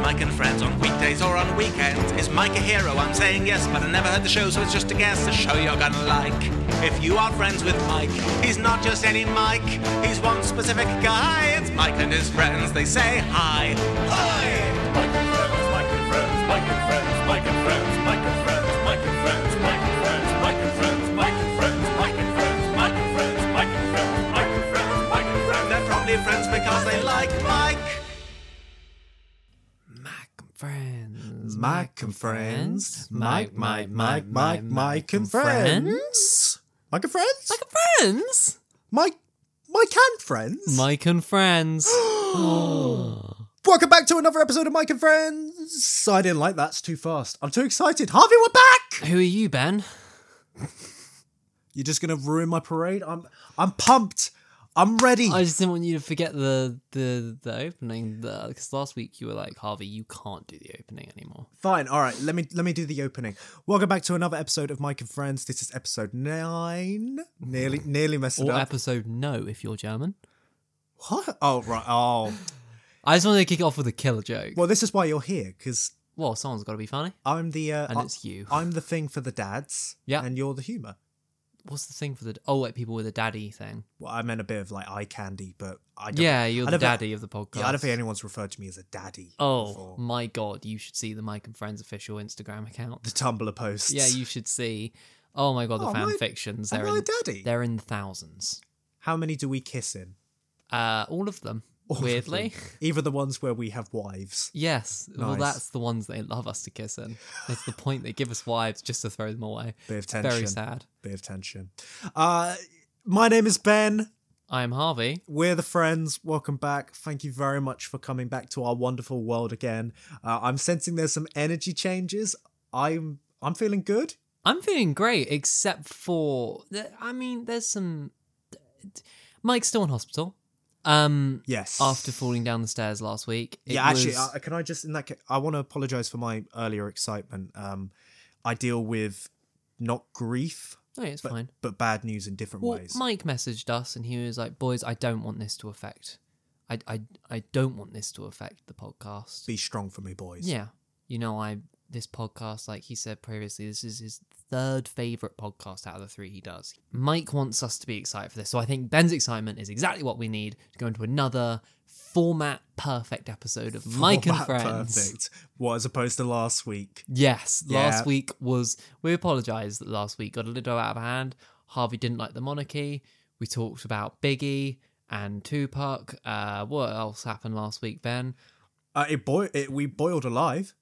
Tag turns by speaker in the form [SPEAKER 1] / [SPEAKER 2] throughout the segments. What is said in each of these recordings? [SPEAKER 1] Mike and Friends on weekdays or on weekends. Is Mike a hero? I'm saying yes, but I never heard the show, so it's just a guess. A show you're gonna like. If you are friends with Mike, he's not just any Mike. He's one specific guy. It's Mike and his friends. They say hi. Hi.
[SPEAKER 2] Mike and friends, Mike and friends, Mike and friends, Mike and friends, Mike and friends, Mike and friends, Mike and friends, Mike and friends, Mike and friends, Mike and friends, Mike and friends, Mike and friends, Mike and friends, Mike and friends.
[SPEAKER 1] They're probably friends because they like Mike.
[SPEAKER 3] Mike and friends.
[SPEAKER 4] Mike and friends. Mike, Mike, Mike, Mike, Mike and friends. Mike and friends.
[SPEAKER 3] Mike and friends.
[SPEAKER 4] Mike, Mike and friends.
[SPEAKER 3] Mike and friends.
[SPEAKER 4] Welcome back to another episode of Mike and Friends. I didn't like that's too fast. I'm too excited. Harvey, we're back.
[SPEAKER 3] Who are you, Ben?
[SPEAKER 4] You're just gonna ruin my parade. I'm, I'm pumped. I'm ready.
[SPEAKER 3] I just didn't want you to forget the the, the opening because last week you were like Harvey, you can't do the opening anymore.
[SPEAKER 4] Fine. All right. Let me let me do the opening. Welcome back to another episode of Mike and Friends. This is episode nine. Nearly, nearly messed it
[SPEAKER 3] Or
[SPEAKER 4] up.
[SPEAKER 3] episode no, if you're German.
[SPEAKER 4] what? Oh right. Oh.
[SPEAKER 3] I just wanted to kick it off with a killer joke.
[SPEAKER 4] Well, this is why you're here because
[SPEAKER 3] Well, someone's got to be funny.
[SPEAKER 4] I'm the uh,
[SPEAKER 3] And
[SPEAKER 4] I-
[SPEAKER 3] it's you.
[SPEAKER 4] I'm the thing for the dads.
[SPEAKER 3] Yeah.
[SPEAKER 4] And you're the humor.
[SPEAKER 3] What's the thing for the oh, like people with a daddy thing?
[SPEAKER 4] Well, I meant a bit of like eye candy, but I don't.
[SPEAKER 3] Yeah, you're
[SPEAKER 4] I
[SPEAKER 3] the
[SPEAKER 4] don't think-
[SPEAKER 3] daddy of the podcast.
[SPEAKER 4] Yeah, I don't think anyone's referred to me as a daddy.
[SPEAKER 3] Oh
[SPEAKER 4] before.
[SPEAKER 3] my god, you should see the Mike and Friends official Instagram account.
[SPEAKER 4] the Tumblr posts.
[SPEAKER 3] Yeah, you should see. Oh my god, the
[SPEAKER 4] Oh, am
[SPEAKER 3] fan
[SPEAKER 4] I-
[SPEAKER 3] fictions.
[SPEAKER 4] am
[SPEAKER 3] They're
[SPEAKER 4] I
[SPEAKER 3] in,
[SPEAKER 4] a daddy?
[SPEAKER 3] They're in the thousands.
[SPEAKER 4] How many do we kiss in?
[SPEAKER 3] Uh, all of them. weirdly,
[SPEAKER 4] Either the ones where we have wives.
[SPEAKER 3] yes. Well,
[SPEAKER 4] Nice.
[SPEAKER 3] that's the ones they love us to kiss in. That's the point. They give us wives just to throw them away.
[SPEAKER 4] Bit of
[SPEAKER 3] It's
[SPEAKER 4] tension.
[SPEAKER 3] Very sad.
[SPEAKER 4] Bit of tension. Uh, my name is Ben.
[SPEAKER 3] I'm Harvey.
[SPEAKER 4] We're the friends. Welcome back. Thank you very much for coming back to our wonderful world again. Uh, I'm sensing there's some energy changes. I'm I'm feeling good.
[SPEAKER 3] I'm feeling great, except for th- I mean, there's some. Mike's still in hospital. Um,
[SPEAKER 4] Yes.
[SPEAKER 3] after falling down the stairs last week. It
[SPEAKER 4] yeah, actually,
[SPEAKER 3] was-
[SPEAKER 4] I, can I just in that case, I want to apologize for my earlier excitement. Um, I deal with not grief,
[SPEAKER 3] No, Oh, it's
[SPEAKER 4] but,
[SPEAKER 3] fine.
[SPEAKER 4] but bad news in different
[SPEAKER 3] Well,
[SPEAKER 4] ways.
[SPEAKER 3] Mike messaged us and he was like, "Boys, I don't want this to affect. I I I don't want this to affect the podcast.
[SPEAKER 4] Be strong for me, boys.
[SPEAKER 3] Yeah, you know, I this podcast, like he said previously, this is his third favorite podcast out of the three he does. Mike wants us to be excited for this, so I think Ben's excitement is exactly what we need to go into another format perfect episode of Mike and
[SPEAKER 4] Format
[SPEAKER 3] Friends.
[SPEAKER 4] Perfect. What as opposed to last week?
[SPEAKER 3] Yes, last
[SPEAKER 4] Yeah.
[SPEAKER 3] week was. We apologise that last week got a little out of hand. Harvey didn't like the monarchy. We talked about Biggie and Tupac. Uh, what else happened last week, Ben?
[SPEAKER 4] Uh, it boil it we boiled alive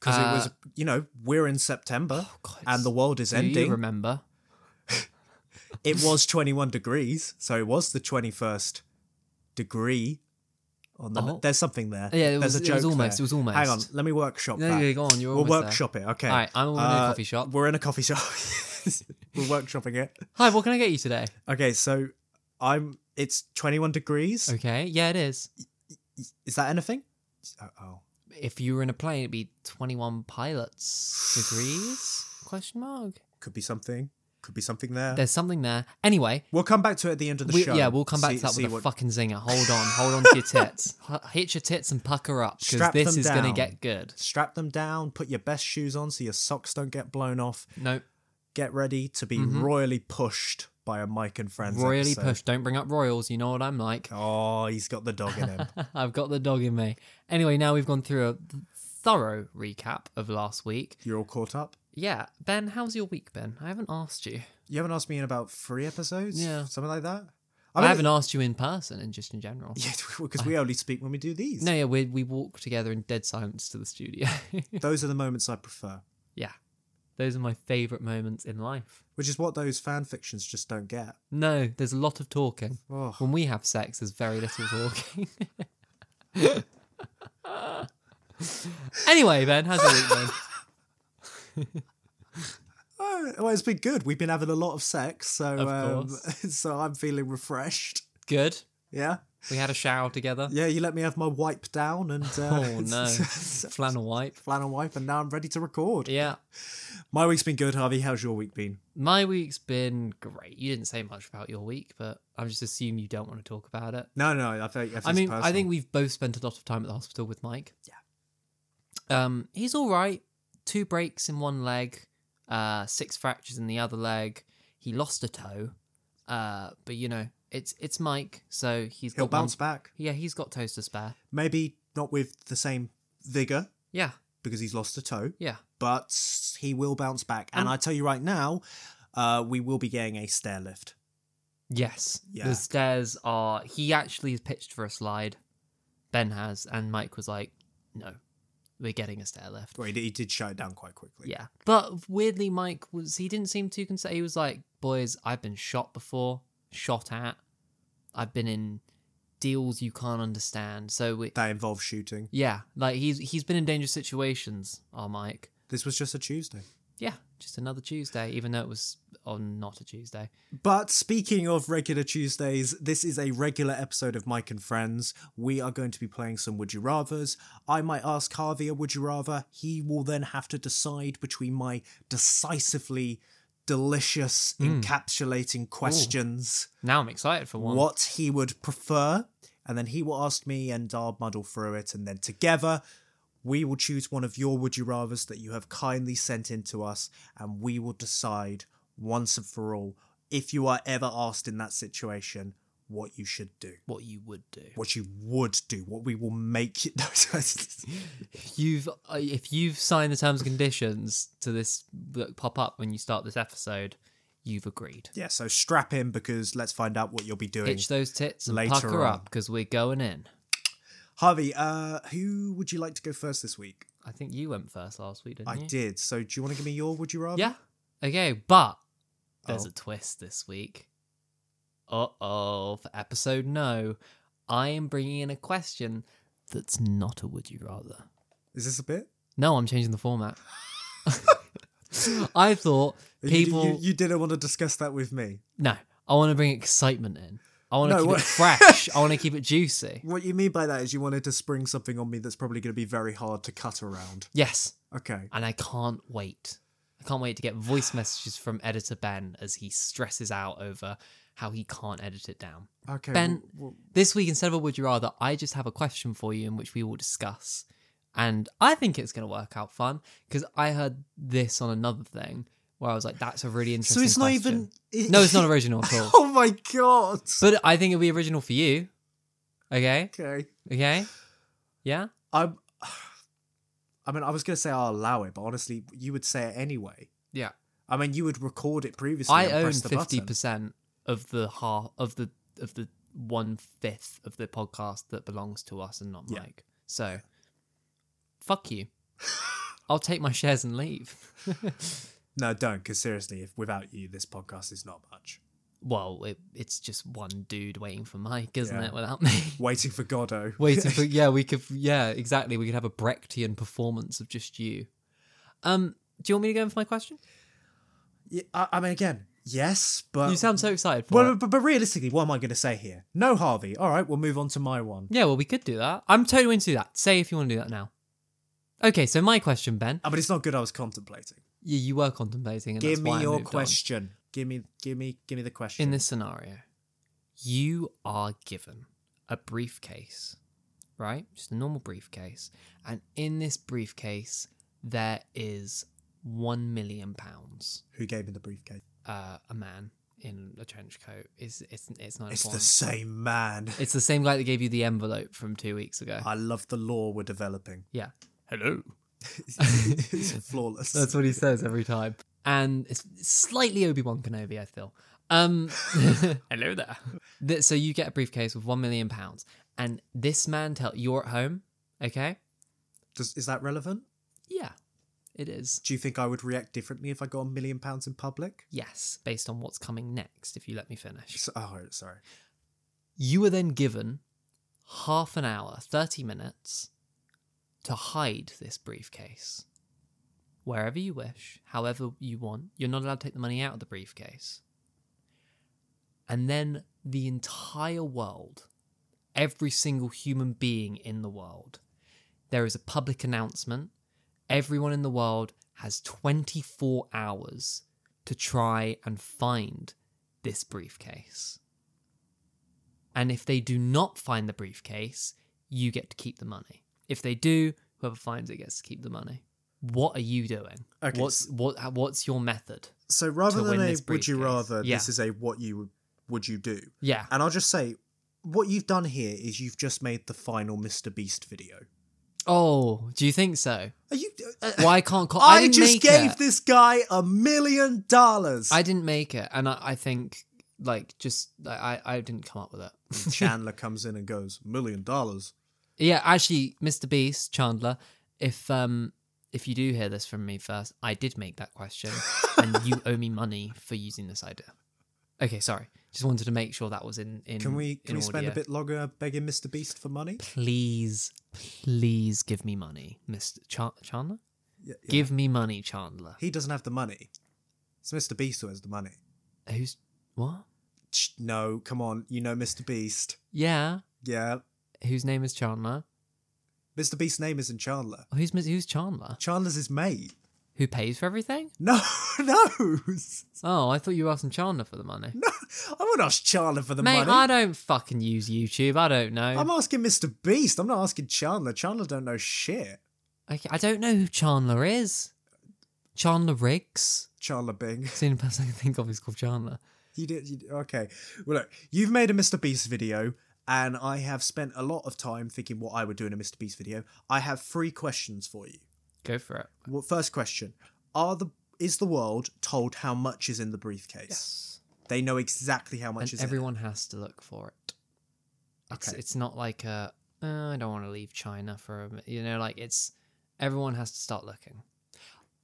[SPEAKER 4] because it was
[SPEAKER 3] Uh, oh,
[SPEAKER 4] you know we're in September
[SPEAKER 3] God,
[SPEAKER 4] and the world is
[SPEAKER 3] Do you
[SPEAKER 4] ending.
[SPEAKER 3] remember?
[SPEAKER 4] it was 21 degrees, so it was the 21st degree. On the
[SPEAKER 3] Oh.
[SPEAKER 4] there's something there.
[SPEAKER 3] Yeah, it
[SPEAKER 4] there's
[SPEAKER 3] was-
[SPEAKER 4] a
[SPEAKER 3] it was
[SPEAKER 4] joke there.
[SPEAKER 3] almost- it was almost.
[SPEAKER 4] Hang on, let me workshop
[SPEAKER 3] No,
[SPEAKER 4] that.
[SPEAKER 3] yeah, go on, you're
[SPEAKER 4] We'll
[SPEAKER 3] almost there.
[SPEAKER 4] workshop it. Okay. Uh,
[SPEAKER 3] All right, I'm in a coffee shop.
[SPEAKER 4] We're in a coffee shop. we're workshopping it.
[SPEAKER 3] Hi, what can I get you today?
[SPEAKER 4] Okay, so I'm. It's 21 degrees.
[SPEAKER 3] Okay, yeah, it is.
[SPEAKER 4] Is that anything? Oh, oh.
[SPEAKER 3] If you were in a plane, it'd be twenty-one pilots degrees? Question mark.
[SPEAKER 4] could be something. Could be something there.
[SPEAKER 3] There's something there. Anyway,
[SPEAKER 4] We'll come back to it at the end of the
[SPEAKER 3] we,
[SPEAKER 4] show.
[SPEAKER 3] yeah, we'll come back
[SPEAKER 4] See-
[SPEAKER 3] to that
[SPEAKER 4] see
[SPEAKER 3] with a
[SPEAKER 4] what-
[SPEAKER 3] fucking zinger. Hold on, hold on to your tits. H- Hit your tits and pucker up because
[SPEAKER 4] Strap
[SPEAKER 3] this
[SPEAKER 4] them
[SPEAKER 3] is going to
[SPEAKER 4] down.
[SPEAKER 3] get good.
[SPEAKER 4] Strap them down. Put your best shoes on so your socks don't get blown off.
[SPEAKER 3] Nope.
[SPEAKER 4] Get ready to be royally pushed by a Mike and Friends.
[SPEAKER 3] Mm-hmm. Royally
[SPEAKER 4] episode.
[SPEAKER 3] pushed. Don't bring up royals. You know what I'm like.
[SPEAKER 4] Oh, he's got the dog in him.
[SPEAKER 3] I've got the dog in me. Anyway, now we've gone through a thorough recap of last week.
[SPEAKER 4] You're all caught up.
[SPEAKER 3] Yeah, Ben, how's your week, Ben? I haven't asked you.
[SPEAKER 4] You haven't asked me in about three episodes.
[SPEAKER 3] Yeah.
[SPEAKER 4] something like that.
[SPEAKER 3] I, haven't asked you in person and just in general.
[SPEAKER 4] Yeah, because we only speak when we do these.
[SPEAKER 3] No, yeah, we we walk together in dead silence to the studio.
[SPEAKER 4] Those are the moments I prefer,
[SPEAKER 3] yeah, those are my favorite moments in life.
[SPEAKER 4] which is what those fan fictions just don't get.
[SPEAKER 3] No, there's a lot of talking.
[SPEAKER 4] Oh.
[SPEAKER 3] When we have sex, there's very little talking. anyway, Ben, how's your week been?
[SPEAKER 4] Oh, well, it's been good. We've been having a lot of sex, so
[SPEAKER 3] Of
[SPEAKER 4] um,
[SPEAKER 3] course.
[SPEAKER 4] so I'm feeling refreshed.
[SPEAKER 3] Good.
[SPEAKER 4] Yeah,
[SPEAKER 3] We had a shower together.
[SPEAKER 4] yeah. You let me have my wipe down and uh,
[SPEAKER 3] Oh no, flannel wipe.
[SPEAKER 4] flannel wipe, and now I'm ready to record.
[SPEAKER 3] Yeah,
[SPEAKER 4] My week's been good, Harvey. How's your week been?
[SPEAKER 3] my week's been great. You didn't say much about your week, but I just assume you don't want to talk about it.
[SPEAKER 4] No, no. I think I, think
[SPEAKER 3] I
[SPEAKER 4] it's
[SPEAKER 3] mean, I
[SPEAKER 4] personal.
[SPEAKER 3] think we've both spent a lot of time at the hospital with Mike. Yeah. Um, he's all right. Two breaks in one leg, uh, six fractures in the other leg. He lost a toe, uh, but you know it's it's Mike, so he's
[SPEAKER 4] He'll
[SPEAKER 3] got one-
[SPEAKER 4] bounce back.
[SPEAKER 3] Yeah, he's got toes to spare.
[SPEAKER 4] Maybe not with the same vigor
[SPEAKER 3] Yeah,
[SPEAKER 4] because he's lost a toe,
[SPEAKER 3] yeah.
[SPEAKER 4] but he will bounce back. And
[SPEAKER 3] And-
[SPEAKER 4] I tell you right now, uh, we will be getting a stair lift.
[SPEAKER 3] Yes.
[SPEAKER 4] Yeah.
[SPEAKER 3] The stairs are. He actually pitched for a slide. Ben has, and Mike was like, "No, we're getting a stair lift."
[SPEAKER 4] Well, he did, he did shut it down quite quickly.
[SPEAKER 3] Yeah, but weirdly, Mike was. He didn't seem too concerned. He was like, "Boys, I've been shot before, shot at. I've been in deals you can't understand." So we,
[SPEAKER 4] That involves shooting.
[SPEAKER 3] yeah, like he's he's been in dangerous situations. Our Mike.
[SPEAKER 4] This was just a Tuesday.
[SPEAKER 3] Yeah, just another Tuesday, even though it was on not a Tuesday.
[SPEAKER 4] But speaking of regular Tuesdays, this is a regular episode of Mike and Friends. We are going to be playing some Would You Rathers. I might ask Harvey a Would You Rather. He will then have to decide between my decisively delicious,
[SPEAKER 3] Hmm.
[SPEAKER 4] encapsulating questions
[SPEAKER 3] Now I'm excited for one.
[SPEAKER 4] what he would prefer. And then he will ask me, and I'll muddle through it. And then together, we will choose one of your Would You Rathers that you have kindly sent in to us, and we will decide once and for all if you are ever asked in that situation what you should do,
[SPEAKER 3] What you would do.
[SPEAKER 4] what you would do, what we will make you.
[SPEAKER 3] you've uh, if you've signed the terms and conditions to this that pop up when you start this episode, you've agreed.
[SPEAKER 4] yeah, so strap in because let's find out what you'll be doing.
[SPEAKER 3] Hitch those tits and
[SPEAKER 4] Later
[SPEAKER 3] pucker
[SPEAKER 4] on.
[SPEAKER 3] up because we're going in.
[SPEAKER 4] Harvey, uh, who would you like to go first this week?
[SPEAKER 3] I think you went first last week, didn't
[SPEAKER 4] I
[SPEAKER 3] you?
[SPEAKER 4] did. So do you want to give me your Would You Rather?
[SPEAKER 3] Mm-hmm. Yeah. Okay, but there's
[SPEAKER 4] Oh.
[SPEAKER 3] a twist this week. Uh oh, for episode no, I am bringing in a question that's not a would you rather.
[SPEAKER 4] Is this a bit?
[SPEAKER 3] No, I'm changing the format. I thought
[SPEAKER 4] You-
[SPEAKER 3] people.
[SPEAKER 4] You, you, didn't want to discuss that with me.
[SPEAKER 3] No, I want to bring excitement in. I want to
[SPEAKER 4] No,
[SPEAKER 3] keep
[SPEAKER 4] what-
[SPEAKER 3] it fresh. I want to keep it juicy.
[SPEAKER 4] What you mean by that is you wanted to spring something on me that's probably going to be very hard to cut around.
[SPEAKER 3] Yes,
[SPEAKER 4] Okay.
[SPEAKER 3] and I can't wait. I can't wait to get voice messages from editor Ben as he stresses out over how he can't edit it down.
[SPEAKER 4] Okay.
[SPEAKER 3] Ben,
[SPEAKER 4] w- w-
[SPEAKER 3] This week, instead of a would you rather, I just have a question for you in which we will discuss. And I think it's going to work out fun because I heard this on another thing where I was like, that's a really
[SPEAKER 4] so
[SPEAKER 3] interesting
[SPEAKER 4] it's not even.
[SPEAKER 3] question. No, it's not original at all.
[SPEAKER 4] Oh my god.
[SPEAKER 3] But I think it'll be original for you. Okay?
[SPEAKER 4] Okay.
[SPEAKER 3] Okay? Yeah?
[SPEAKER 4] I'm. I mean, I was going to say I'll allow it, but honestly, you would say it anyway.
[SPEAKER 3] Yeah.
[SPEAKER 4] I mean, you would record it previously.
[SPEAKER 3] I
[SPEAKER 4] and
[SPEAKER 3] own
[SPEAKER 4] press the
[SPEAKER 3] fifty
[SPEAKER 4] button.
[SPEAKER 3] percent of the half of the of the one fifth of the podcast that belongs to us and not
[SPEAKER 4] Yeah.
[SPEAKER 3] Mike. So, fuck you. I'll take my shares and leave.
[SPEAKER 4] No, don't, because seriously, if without you, this podcast is not much.
[SPEAKER 3] well, it, it's just one dude waiting for Mike, isn't
[SPEAKER 4] Yeah.
[SPEAKER 3] it? Without me.
[SPEAKER 4] Waiting for Godot.
[SPEAKER 3] waiting for yeah we could yeah exactly we could have a brechtian performance of just you um do you want me to go in for my question
[SPEAKER 4] Yeah, I, I mean, again, yes, but
[SPEAKER 3] you sound so excited for
[SPEAKER 4] Well,
[SPEAKER 3] it.
[SPEAKER 4] but, but realistically, what am I going to say here? No, Harvey. All right, we'll move on to my one.
[SPEAKER 3] yeah well we could do that i'm totally into that say if you want to do that now okay so my question ben
[SPEAKER 4] Ah, but it's not good. I was contemplating.
[SPEAKER 3] you, you were contemplating. And
[SPEAKER 4] Give
[SPEAKER 3] that's why
[SPEAKER 4] me
[SPEAKER 3] I
[SPEAKER 4] your
[SPEAKER 3] moved on.
[SPEAKER 4] question. Give me, give me, give me the question.
[SPEAKER 3] In this scenario, you are given a briefcase, right? Just a normal briefcase. And in this briefcase, there is one million pounds.
[SPEAKER 4] Who gave me the briefcase?
[SPEAKER 3] Uh, a man in a trench coat. It's, it's, it's not
[SPEAKER 4] It's the
[SPEAKER 3] important.
[SPEAKER 4] same man.
[SPEAKER 3] it's the same guy that gave you the envelope from two weeks ago.
[SPEAKER 4] I love the law we're developing.
[SPEAKER 3] yeah. Hello.
[SPEAKER 4] it's flawless.
[SPEAKER 3] That's what he says every time. And it's slightly Obi Wan Kenobi, I feel. Um, Hello there. Th- So you get a briefcase with one million pounds, and this man tell you're at home, okay?
[SPEAKER 4] Does, is that relevant?
[SPEAKER 3] Yeah, it is.
[SPEAKER 4] Do you think I would react differently if I got a million pounds in public?
[SPEAKER 3] Yes, based on what's coming next, if you let me finish.
[SPEAKER 4] So, oh, sorry.
[SPEAKER 3] You are then given half an hour, thirty minutes, to hide this briefcase wherever you wish, however you want. You're not allowed to take the money out of the briefcase. And then the entire world, every single human being in the world, there is a public announcement. Everyone in the world has 24 hours to try and find this briefcase. And if they do not find the briefcase, you get to keep the money. If they do, Whoever finds it gets to keep the money. What are you doing?
[SPEAKER 4] Okay,
[SPEAKER 3] What's what? how- What's your method?
[SPEAKER 4] So rather
[SPEAKER 3] to
[SPEAKER 4] than
[SPEAKER 3] win
[SPEAKER 4] a
[SPEAKER 3] this
[SPEAKER 4] would you
[SPEAKER 3] briefcase.
[SPEAKER 4] rather,
[SPEAKER 3] Yeah.
[SPEAKER 4] this is a what you would you do.
[SPEAKER 3] Yeah.
[SPEAKER 4] And I'll just say, what you've done here is you've just made the final Mr. Beast video.
[SPEAKER 3] Oh, do you think so?
[SPEAKER 4] Are you? Uh,
[SPEAKER 3] Why can't co-
[SPEAKER 4] I,
[SPEAKER 3] didn't
[SPEAKER 4] just
[SPEAKER 3] make
[SPEAKER 4] gave
[SPEAKER 3] it.
[SPEAKER 4] this guy a million dollars.
[SPEAKER 3] I didn't make it, and I, I think like just like, I I didn't come up with it.
[SPEAKER 4] Chandler comes in and goes, million dollars.
[SPEAKER 3] Yeah, actually, Mr. Beast, Chandler, if um if you do hear this from me first, I did make that question, and you owe me money for using this idea. Okay, sorry. Just wanted to make sure that was in. in
[SPEAKER 4] Can we can
[SPEAKER 3] in
[SPEAKER 4] we spend a
[SPEAKER 3] audio.
[SPEAKER 4] bit longer begging Mr. Beast for money?
[SPEAKER 3] Please, please give me money, Mr. Cha- Chandler.
[SPEAKER 4] Yeah, yeah.
[SPEAKER 3] Give me money, Chandler.
[SPEAKER 4] He doesn't have the money. It's Mr. Beast who has the money.
[SPEAKER 3] Who's what?
[SPEAKER 4] Ch- No, come on, you know Mr. Beast.
[SPEAKER 3] Yeah,
[SPEAKER 4] Yeah,
[SPEAKER 3] whose name is Chandler?
[SPEAKER 4] Mr. Beast's name isn't Chandler.
[SPEAKER 3] Who's who's Chandler?
[SPEAKER 4] Chandler's his mate.
[SPEAKER 3] Who pays for everything?
[SPEAKER 4] No, no,
[SPEAKER 3] Oh, I thought you were asking Chandler for the money.
[SPEAKER 4] no. I won't ask Chandler for the
[SPEAKER 3] Mate, I
[SPEAKER 4] money.
[SPEAKER 3] don't fucking use YouTube. I don't know.
[SPEAKER 4] I'm asking Mr. Beast. I'm not asking Chandler. Chandler don't know shit.
[SPEAKER 3] Okay, I don't know who Chandler is. Chandler Riggs.
[SPEAKER 4] Chandler Bing.
[SPEAKER 3] It's the only person I can think of is called Chandler.
[SPEAKER 4] You did, you, okay. Well, look, you've made a Mr. Beast video, and I have spent a lot of time thinking what I would do in a Mr. Beast video. I have three questions for you.
[SPEAKER 3] Go for it.
[SPEAKER 4] Well, first question: Are the is the world told how much is in the briefcase? They know exactly how much
[SPEAKER 3] And
[SPEAKER 4] is
[SPEAKER 3] everyone has to look for it. It's,
[SPEAKER 4] Okay.
[SPEAKER 3] it's not like a, "Uh, I don't want to leave China for a, mi-" you know, like it's, everyone has to start looking.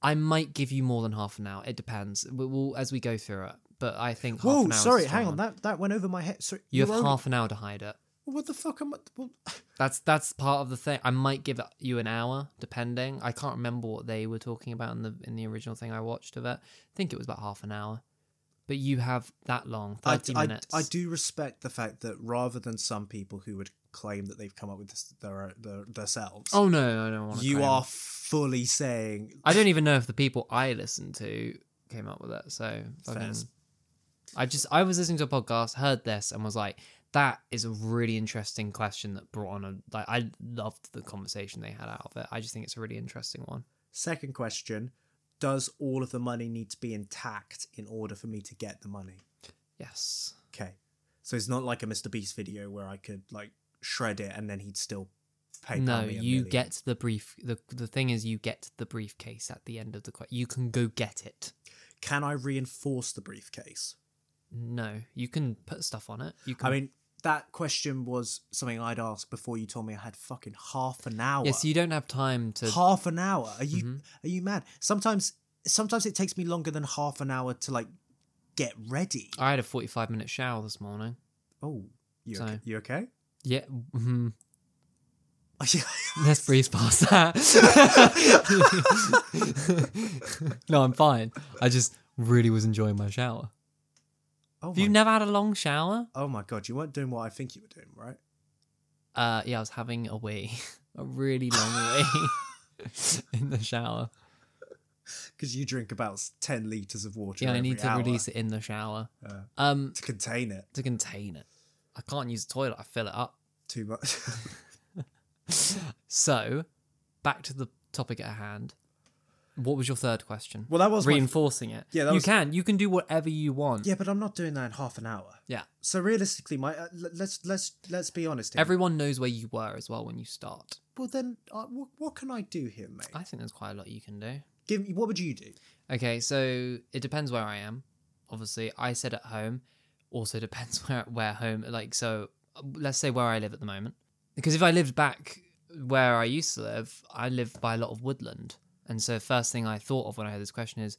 [SPEAKER 3] I might give you more than half an hour. It depends. We- We'll, as we go through it, but I think.
[SPEAKER 4] in it. Whoa,
[SPEAKER 3] half an hour is
[SPEAKER 4] sorry,
[SPEAKER 3] a
[SPEAKER 4] hang
[SPEAKER 3] strong
[SPEAKER 4] on.
[SPEAKER 3] one.
[SPEAKER 4] That that went over my head. Sorry,
[SPEAKER 3] You have
[SPEAKER 4] only-
[SPEAKER 3] half an hour to hide it.
[SPEAKER 4] What the fuck am I? Well,
[SPEAKER 3] That's that's part of the thing. I might give you an hour, depending. I can't remember what they were talking about in the in the original thing I watched of it. I think it was about half an hour, but you have that long,
[SPEAKER 4] I,
[SPEAKER 3] thirty
[SPEAKER 4] I,
[SPEAKER 3] minutes.
[SPEAKER 4] I do respect the fact that rather than some people who would claim that they've come up with this their, their themselves,
[SPEAKER 3] Oh no, I don't want to.
[SPEAKER 4] you are fully saying
[SPEAKER 3] I don't even know if the people I listened to came up with it. So fucking,
[SPEAKER 4] Fairs.
[SPEAKER 3] I just I was listening to a podcast, heard this, and was like, that is a really interesting question that brought on a like. I loved the conversation they had out of it. I just think it's a really interesting one.
[SPEAKER 4] Second question Does all of the money need to be intact in order for me to get the money?
[SPEAKER 3] Yes.
[SPEAKER 4] Okay. So it's not like a Mr. Beast video where I could like shred it and then he'd still pay
[SPEAKER 3] no
[SPEAKER 4] me
[SPEAKER 3] you
[SPEAKER 4] a million.
[SPEAKER 3] get the brief the, the thing is you get the briefcase at the end of the quest you can go get it
[SPEAKER 4] Can I reinforce the briefcase?
[SPEAKER 3] no you can put stuff on it you can
[SPEAKER 4] I mean, that question was something I'd asked before you told me I had fucking half an hour.
[SPEAKER 3] yes you don't have time to
[SPEAKER 4] half an hour. Are you
[SPEAKER 3] Mhm.
[SPEAKER 4] are you mad? Sometimes sometimes it takes me longer than half an hour to like get ready.
[SPEAKER 3] i had a 45 minute shower this morning
[SPEAKER 4] Oh, you
[SPEAKER 3] So-
[SPEAKER 4] okay? You okay? Oh
[SPEAKER 3] yeah mhm.
[SPEAKER 4] I
[SPEAKER 3] let's breeze past that no i'm fine i just really was enjoying my shower
[SPEAKER 4] Oh
[SPEAKER 3] have
[SPEAKER 4] my
[SPEAKER 3] you never had a long shower
[SPEAKER 4] Oh my god, you weren't doing what I think you were doing, right?
[SPEAKER 3] uh yeah i was having a wee a really long wee in the shower
[SPEAKER 4] Because you drink about s- ten liters of water.
[SPEAKER 3] yeah i
[SPEAKER 4] every
[SPEAKER 3] need to
[SPEAKER 4] hour
[SPEAKER 3] release it in the shower
[SPEAKER 4] Yeah.
[SPEAKER 3] um
[SPEAKER 4] to contain it
[SPEAKER 3] to contain it. I can't use the toilet. I fill it up.
[SPEAKER 4] too much.
[SPEAKER 3] So, back to the topic at hand. What was your third question?
[SPEAKER 4] well, that was my-
[SPEAKER 3] Reinforcing it.
[SPEAKER 4] Yeah, that
[SPEAKER 3] you
[SPEAKER 4] was-
[SPEAKER 3] can. You can do whatever you want.
[SPEAKER 4] yeah, but I'm not doing that in half an hour.
[SPEAKER 3] Yeah.
[SPEAKER 4] So realistically, my uh, l- let's let's let's be honest here.
[SPEAKER 3] Everyone knows where you were as well when you start.
[SPEAKER 4] well, then uh, what, what can I do here, mate?
[SPEAKER 3] I think there's quite a lot you can do.
[SPEAKER 4] Give me what would you do?
[SPEAKER 3] Okay, so it depends where I am. Obviously, I said at home. Also depends where where home. Like so, let's say where I live at the moment. Because if I lived back where I used to live, I lived by a lot of woodland. And so, first thing I thought of when I heard this question is,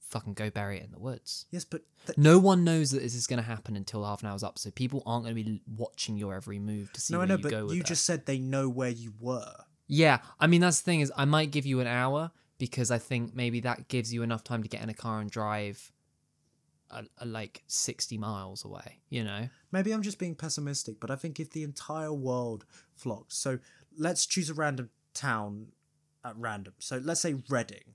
[SPEAKER 3] fucking go bury it in the woods.
[SPEAKER 4] Yes, but th-
[SPEAKER 3] No one knows that this is going to happen until half an hour's up, so people aren't going to be watching your every move to see
[SPEAKER 4] no, I
[SPEAKER 3] where
[SPEAKER 4] know,
[SPEAKER 3] you go
[SPEAKER 4] but
[SPEAKER 3] with
[SPEAKER 4] you
[SPEAKER 3] it.
[SPEAKER 4] just said they know where you were.
[SPEAKER 3] Yeah, I mean that's the thing is I might give you an hour because I think maybe that gives you enough time to get in a car and drive, a, a, like sixty miles away. You know,
[SPEAKER 4] Maybe I'm just being pessimistic, but I think if the entire world flocked, so let's choose a random town at random. So let's say Reading.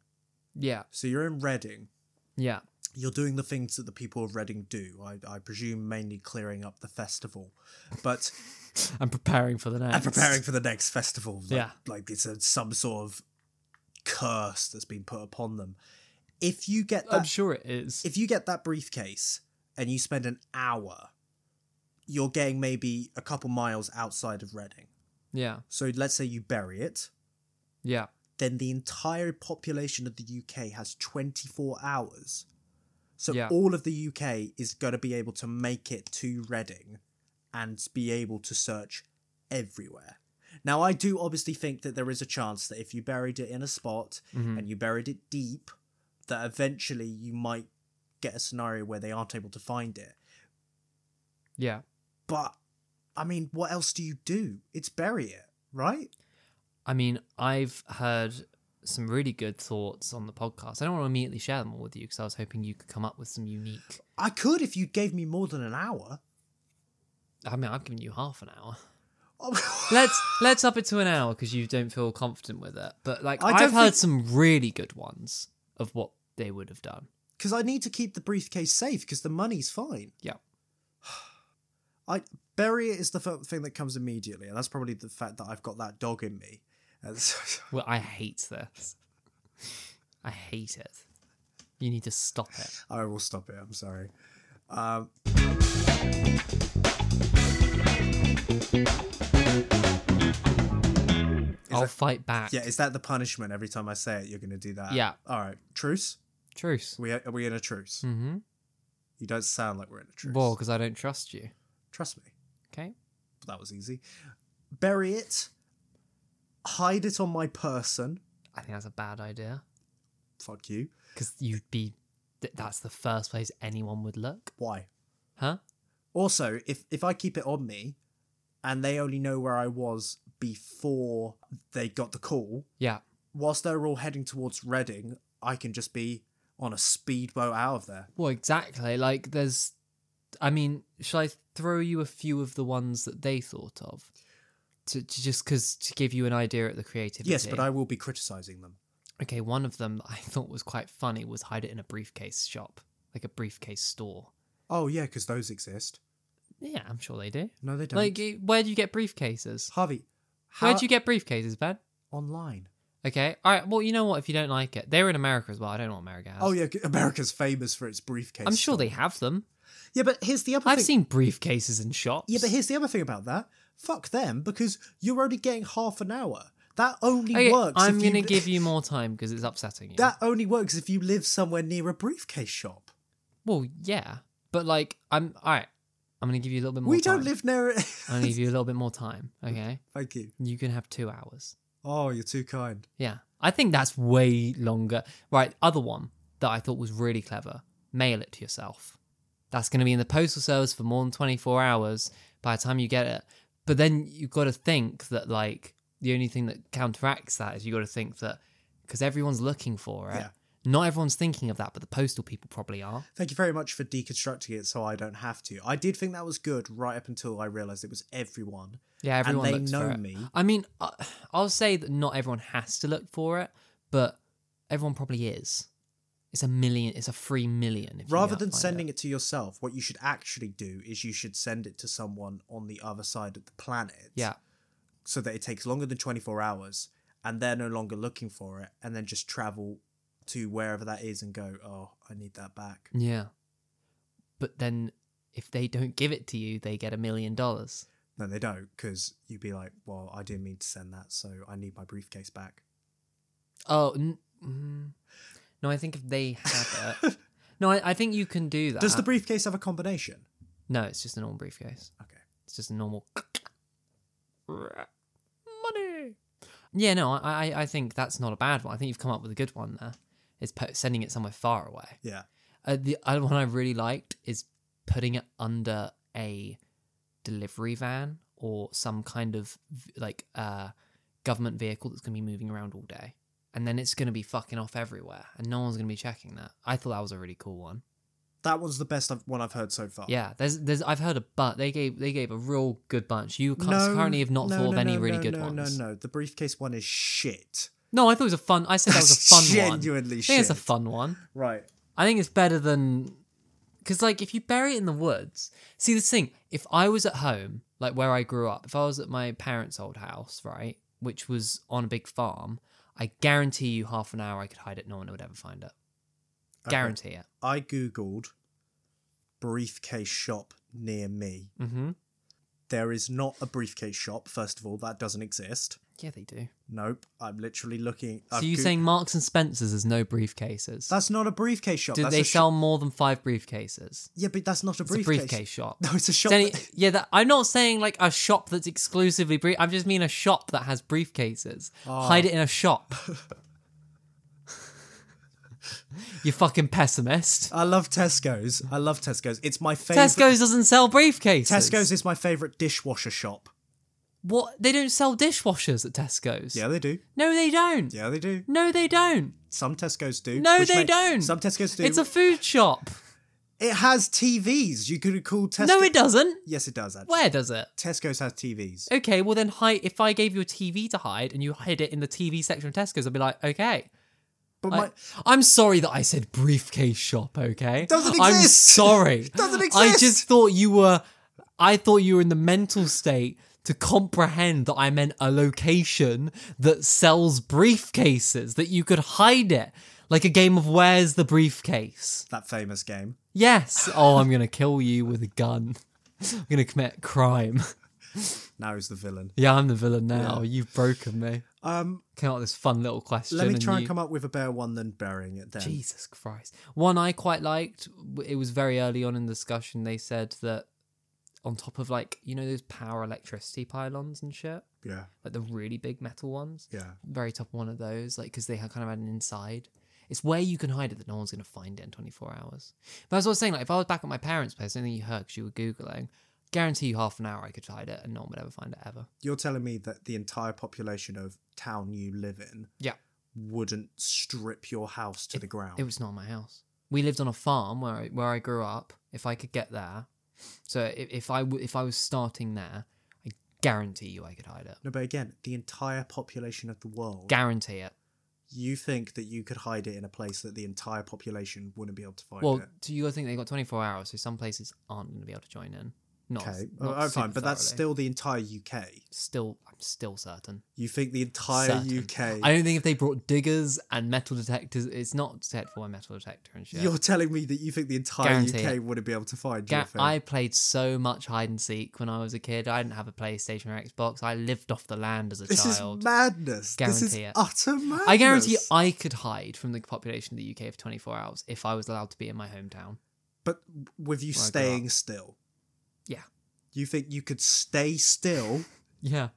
[SPEAKER 3] yeah,
[SPEAKER 4] So you're in Reading.
[SPEAKER 3] yeah,
[SPEAKER 4] You're doing the things that the people of Reading do. I, I presume mainly clearing up the festival, but
[SPEAKER 3] I'm preparing for the next.
[SPEAKER 4] and preparing for the next festival. Like,
[SPEAKER 3] Yeah.
[SPEAKER 4] like it's a, some sort of curse that's been put upon them. If you get
[SPEAKER 3] I'm
[SPEAKER 4] that,
[SPEAKER 3] sure it is.
[SPEAKER 4] if you get that briefcase and you spend an hour, you're getting maybe a couple miles outside of Reading.
[SPEAKER 3] yeah.
[SPEAKER 4] So let's say you bury it,
[SPEAKER 3] Yeah.
[SPEAKER 4] then the entire population of the UK has 24 hours. So
[SPEAKER 3] Yeah.
[SPEAKER 4] all of the UK is going to be able to make it to Reading and be able to search everywhere. Now, I do obviously think that there is a chance that if you buried it in a spot
[SPEAKER 3] Mhm.
[SPEAKER 4] and you buried it deep, that eventually you might get a scenario where they aren't able to find it.
[SPEAKER 3] Yeah.
[SPEAKER 4] But, I mean, what else do you do? It's bury it, right?
[SPEAKER 3] I mean, I've heard some really good thoughts on the podcast. I don't want to immediately share them all with you because I was hoping you could come up with some unique.
[SPEAKER 4] I could if you gave me more than an hour.
[SPEAKER 3] I mean, I've given you half an hour.
[SPEAKER 4] Oh,
[SPEAKER 3] Let's let's up it to an hour because you don't feel confident with it. But like,
[SPEAKER 4] I
[SPEAKER 3] I've
[SPEAKER 4] don't
[SPEAKER 3] heard
[SPEAKER 4] think-
[SPEAKER 3] some really good ones of what they would have done.
[SPEAKER 4] because I need to keep the briefcase safe because the money's fine.
[SPEAKER 3] Yeah.
[SPEAKER 4] I bury it is the fir- thing that comes immediately, and that's probably the fact that I've got that dog in me. And so-
[SPEAKER 3] Well, I hate this. I hate it. You need to stop it.
[SPEAKER 4] I will stop it. I'm sorry. Um,
[SPEAKER 3] I'll fight back.
[SPEAKER 4] yeah, is that the punishment every time I say it? You're going to do that.
[SPEAKER 3] Yeah.
[SPEAKER 4] All right. Truce.
[SPEAKER 3] Truce.
[SPEAKER 4] We are we in a truce?
[SPEAKER 3] Mm-hmm.
[SPEAKER 4] You don't sound like we're in a truce.
[SPEAKER 3] Well, because I don't trust you.
[SPEAKER 4] Trust me.
[SPEAKER 3] Okay.
[SPEAKER 4] That was easy. Bury it. Hide it on my person.
[SPEAKER 3] I think that's a bad idea.
[SPEAKER 4] Fuck you.
[SPEAKER 3] because you'd be th- that's the first place anyone would look
[SPEAKER 4] Why?
[SPEAKER 3] huh
[SPEAKER 4] Also, if if I keep it on me, and they only know where I was before they got the call,
[SPEAKER 3] yeah
[SPEAKER 4] whilst they're all heading towards Reading, I can just be on a speedboat out of there.
[SPEAKER 3] well exactly like there's i mean shall i throw you a few of the ones that they thought of to, to just because to give you an idea at the creativity
[SPEAKER 4] Yes, but I will be criticising them.
[SPEAKER 3] okay one of them that i thought was quite funny was hide it in a briefcase shop like a briefcase store
[SPEAKER 4] Oh yeah, because those exist.
[SPEAKER 3] yeah i'm sure they do
[SPEAKER 4] No, they don't.
[SPEAKER 3] like eh, where do you get briefcases
[SPEAKER 4] Harvey, how
[SPEAKER 3] where do you get briefcases ben
[SPEAKER 4] online?
[SPEAKER 3] okay all right well you know what if you don't like it they're in america as well i don't know what america has
[SPEAKER 4] Oh yeah, America's famous for its briefcase.
[SPEAKER 3] i'm sure they have them
[SPEAKER 4] Yeah, but here's the other
[SPEAKER 3] I've
[SPEAKER 4] thing.
[SPEAKER 3] seen briefcases in shops.
[SPEAKER 4] Yeah, but here's the other thing about that. Fuck them because you're only getting half an hour. That only
[SPEAKER 3] Okay,
[SPEAKER 4] works.
[SPEAKER 3] I'm
[SPEAKER 4] if
[SPEAKER 3] gonna
[SPEAKER 4] you...
[SPEAKER 3] give you more time because it's upsetting you.
[SPEAKER 4] That only works if you live somewhere near a briefcase shop.
[SPEAKER 3] well, yeah, but like, I'm all right. I'm gonna give you a little bit more.
[SPEAKER 4] we don't
[SPEAKER 3] time.
[SPEAKER 4] live near it.
[SPEAKER 3] I'm gonna give you a little bit more time. Okay,
[SPEAKER 4] Thank you.
[SPEAKER 3] you can have two hours.
[SPEAKER 4] Oh, you're too kind.
[SPEAKER 3] Yeah, I think that's way longer. Right, other one that I thought was really clever: mail it to yourself. That's gonna be in the postal service for more than 24 hours by the time you get it. But then you've got to think that like the only thing that counteracts that is you got to think that because everyone's looking for it.
[SPEAKER 4] Yeah.
[SPEAKER 3] Not everyone's thinking of that, but the postal people probably are.
[SPEAKER 4] Thank you very much for deconstructing it so I don't have to. I did think that was good right up until I realized it was everyone.
[SPEAKER 3] Yeah, everyone
[SPEAKER 4] and they
[SPEAKER 3] looks
[SPEAKER 4] know
[SPEAKER 3] for it.
[SPEAKER 4] me.
[SPEAKER 3] I mean, I- I'll say that not everyone has to look for it, but everyone probably is. It's a million. It's a free million. If you
[SPEAKER 4] Rather
[SPEAKER 3] can't
[SPEAKER 4] than
[SPEAKER 3] find
[SPEAKER 4] sending it. to yourself, what you should actually do is you should send it to someone on the other side of the planet.
[SPEAKER 3] yeah,
[SPEAKER 4] So that it takes longer than 24 hours and they're no longer looking for it and then just travel to wherever that is and go, oh, I need that back.
[SPEAKER 3] yeah, but then if they don't give it to you, they get a million dollars.
[SPEAKER 4] No, they don't, because you'd be like, well, I didn't mean to send that, so I need my briefcase back.
[SPEAKER 3] Oh n- mm, no, I think if they have it, no, I, I think you can do that.
[SPEAKER 4] Does the briefcase have a combination?
[SPEAKER 3] no? It's just a normal briefcase.
[SPEAKER 4] Okay.
[SPEAKER 3] It's just a normal money. Yeah, no, I, I I think that's not a bad one. I think you've come up with a good one there. It's po- sending it somewhere far away.
[SPEAKER 4] Yeah.
[SPEAKER 3] Uh, the other one I really liked is putting it under a delivery van or some kind of v- like uh, government vehicle that's going to be moving around all day. And then it's going to be fucking off everywhere and no one's going to be checking that. I thought that was a really cool one.
[SPEAKER 4] That one's the best I've, one I've heard so far.
[SPEAKER 3] Yeah, there's there's I've heard a but they gave they gave a real good bunch. You can't,
[SPEAKER 4] No,
[SPEAKER 3] currently have not
[SPEAKER 4] no,
[SPEAKER 3] thought of
[SPEAKER 4] no,
[SPEAKER 3] any
[SPEAKER 4] no,
[SPEAKER 3] really
[SPEAKER 4] no,
[SPEAKER 3] good
[SPEAKER 4] no,
[SPEAKER 3] ones.
[SPEAKER 4] No, no, The briefcase one is shit.
[SPEAKER 3] No, I thought it was a fun. I said that was a fun one.
[SPEAKER 4] Genuinely
[SPEAKER 3] I think it's a
[SPEAKER 4] shit.
[SPEAKER 3] fun one.
[SPEAKER 4] Right.
[SPEAKER 3] I think it's better than because like if you bury it in the woods. See this thing. If I was at home like where I grew up, if I was at my parents' old house, right, which was on a big farm, I guarantee you half an hour I could hide it, no one would ever find it. Guarantee it.
[SPEAKER 4] I googled briefcase shop near me.
[SPEAKER 3] Mm-hmm.
[SPEAKER 4] There is not a briefcase shop. First of all, that doesn't exist.
[SPEAKER 3] Yeah, they do.
[SPEAKER 4] Nope. I'm literally looking.
[SPEAKER 3] So you are saying Marks and Spencers has no briefcases?
[SPEAKER 4] that's not a briefcase shop?
[SPEAKER 3] do
[SPEAKER 4] Oh, that's
[SPEAKER 3] they
[SPEAKER 4] a sho-
[SPEAKER 3] sell more than five briefcases?
[SPEAKER 4] yeah, but that's not a
[SPEAKER 3] It's a
[SPEAKER 4] briefcase.
[SPEAKER 3] briefcase shop.
[SPEAKER 4] No, it's a
[SPEAKER 3] Is
[SPEAKER 4] shop.
[SPEAKER 3] any-
[SPEAKER 4] that-
[SPEAKER 3] yeah, that, I'm not saying like a shop that's exclusively brief. I just mean a shop that has briefcases.
[SPEAKER 4] Ah.
[SPEAKER 3] Hide it in a shop. you fucking pessimist.
[SPEAKER 4] I love Tesco's. I love Tesco's. It's my favorite.
[SPEAKER 3] Tesco's doesn't sell briefcases.
[SPEAKER 4] Tesco's is my favorite dishwasher shop.
[SPEAKER 3] what? They don't sell dishwashers at Tesco's.
[SPEAKER 4] Yeah, they do.
[SPEAKER 3] No, they don't.
[SPEAKER 4] Yeah, they do.
[SPEAKER 3] No, they don't.
[SPEAKER 4] Some Tesco's do.
[SPEAKER 3] No,
[SPEAKER 4] which
[SPEAKER 3] they
[SPEAKER 4] may-
[SPEAKER 3] don't.
[SPEAKER 4] Some Tesco's do.
[SPEAKER 3] It's a food shop.
[SPEAKER 4] it has TVs. You could call Tesco.
[SPEAKER 3] No, it doesn't.
[SPEAKER 4] Yes, it does. Actually.
[SPEAKER 3] Where does it?
[SPEAKER 4] Tesco's has TVs.
[SPEAKER 3] Okay, well then hide. If I gave you a TV to hide and you hid it in the TV section of Tesco's, I'd be like, okay.
[SPEAKER 4] But
[SPEAKER 3] I,
[SPEAKER 4] my,
[SPEAKER 3] am sorry that I said briefcase shop, okay?
[SPEAKER 4] Doesn't
[SPEAKER 3] I'm
[SPEAKER 4] exist.
[SPEAKER 3] sorry.
[SPEAKER 4] Doesn't
[SPEAKER 3] I
[SPEAKER 4] exist.
[SPEAKER 3] just thought you were I thought you were in the mental state to comprehend that I meant a location that sells briefcases that you could hide it. Like a game of where's the briefcase?
[SPEAKER 4] that famous game.
[SPEAKER 3] Yes. Oh, I'm going to kill you with a gun. I'm going to commit crime.
[SPEAKER 4] Now he's the villain.
[SPEAKER 3] Yeah, I'm the villain now. You've broken me.
[SPEAKER 4] Um,
[SPEAKER 3] Came up with this fun little question.
[SPEAKER 4] let me try
[SPEAKER 3] you...
[SPEAKER 4] and come up with a better one than burying it. Then
[SPEAKER 3] Jesus Christ. One I quite liked, w- it was very early on in the discussion, they said that on top of like, you know, those power electricity pylons and shit,
[SPEAKER 4] yeah,
[SPEAKER 3] like the really big metal ones,
[SPEAKER 4] yeah.
[SPEAKER 3] very top of one of those, like, because they had kind of had an inside. It's where you can hide it that no one's going to find it in 24 hours. But as I was saying, like, if I was back at my parents' place, and you heard because you were Googling, guarantee you half an hour I could hide it and no one would ever find it ever.
[SPEAKER 4] You're telling me that the entire population of town you live in
[SPEAKER 3] Yeah.
[SPEAKER 4] wouldn't strip your house to the ground.
[SPEAKER 3] It was not my house. We lived on a farm where I, where I grew up. If I could get there, so if, if I w- if I was starting there, I guarantee you I could hide it.
[SPEAKER 4] no, but again, the entire population of the world.
[SPEAKER 3] Guarantee it.
[SPEAKER 4] you think that you could hide it in a place that the entire population wouldn't be able to find
[SPEAKER 3] Well,
[SPEAKER 4] it?
[SPEAKER 3] do you think they got twenty four hours? So some places aren't going to be able to join in. Not,
[SPEAKER 4] Okay,
[SPEAKER 3] not
[SPEAKER 4] Alright, fine,
[SPEAKER 3] super
[SPEAKER 4] but that's
[SPEAKER 3] thoroughly.
[SPEAKER 4] still the entire UK.
[SPEAKER 3] still I'm still certain.
[SPEAKER 4] You think the entire
[SPEAKER 3] Certain.
[SPEAKER 4] UK?
[SPEAKER 3] I don't think if they brought diggers and metal detectors, it's not set for a metal detector and shit.
[SPEAKER 4] You're telling me that you think the entire
[SPEAKER 3] Guarantee
[SPEAKER 4] UK
[SPEAKER 3] it.
[SPEAKER 4] wouldn't be able to find
[SPEAKER 3] Ga-
[SPEAKER 4] your thing?
[SPEAKER 3] I played so much hide and seek when I was a kid. I didn't have a PlayStation or Xbox. I lived off the land as a
[SPEAKER 4] This
[SPEAKER 3] child.
[SPEAKER 4] is madness. this is
[SPEAKER 3] Guarantee it.
[SPEAKER 4] utter madness.
[SPEAKER 3] I guarantee you I could hide from the population of the UK for 24 hours if I was allowed to be in my hometown.
[SPEAKER 4] But with
[SPEAKER 3] Where I grew
[SPEAKER 4] you staying still,
[SPEAKER 3] Yeah.
[SPEAKER 4] you think you could stay still?
[SPEAKER 3] Yeah.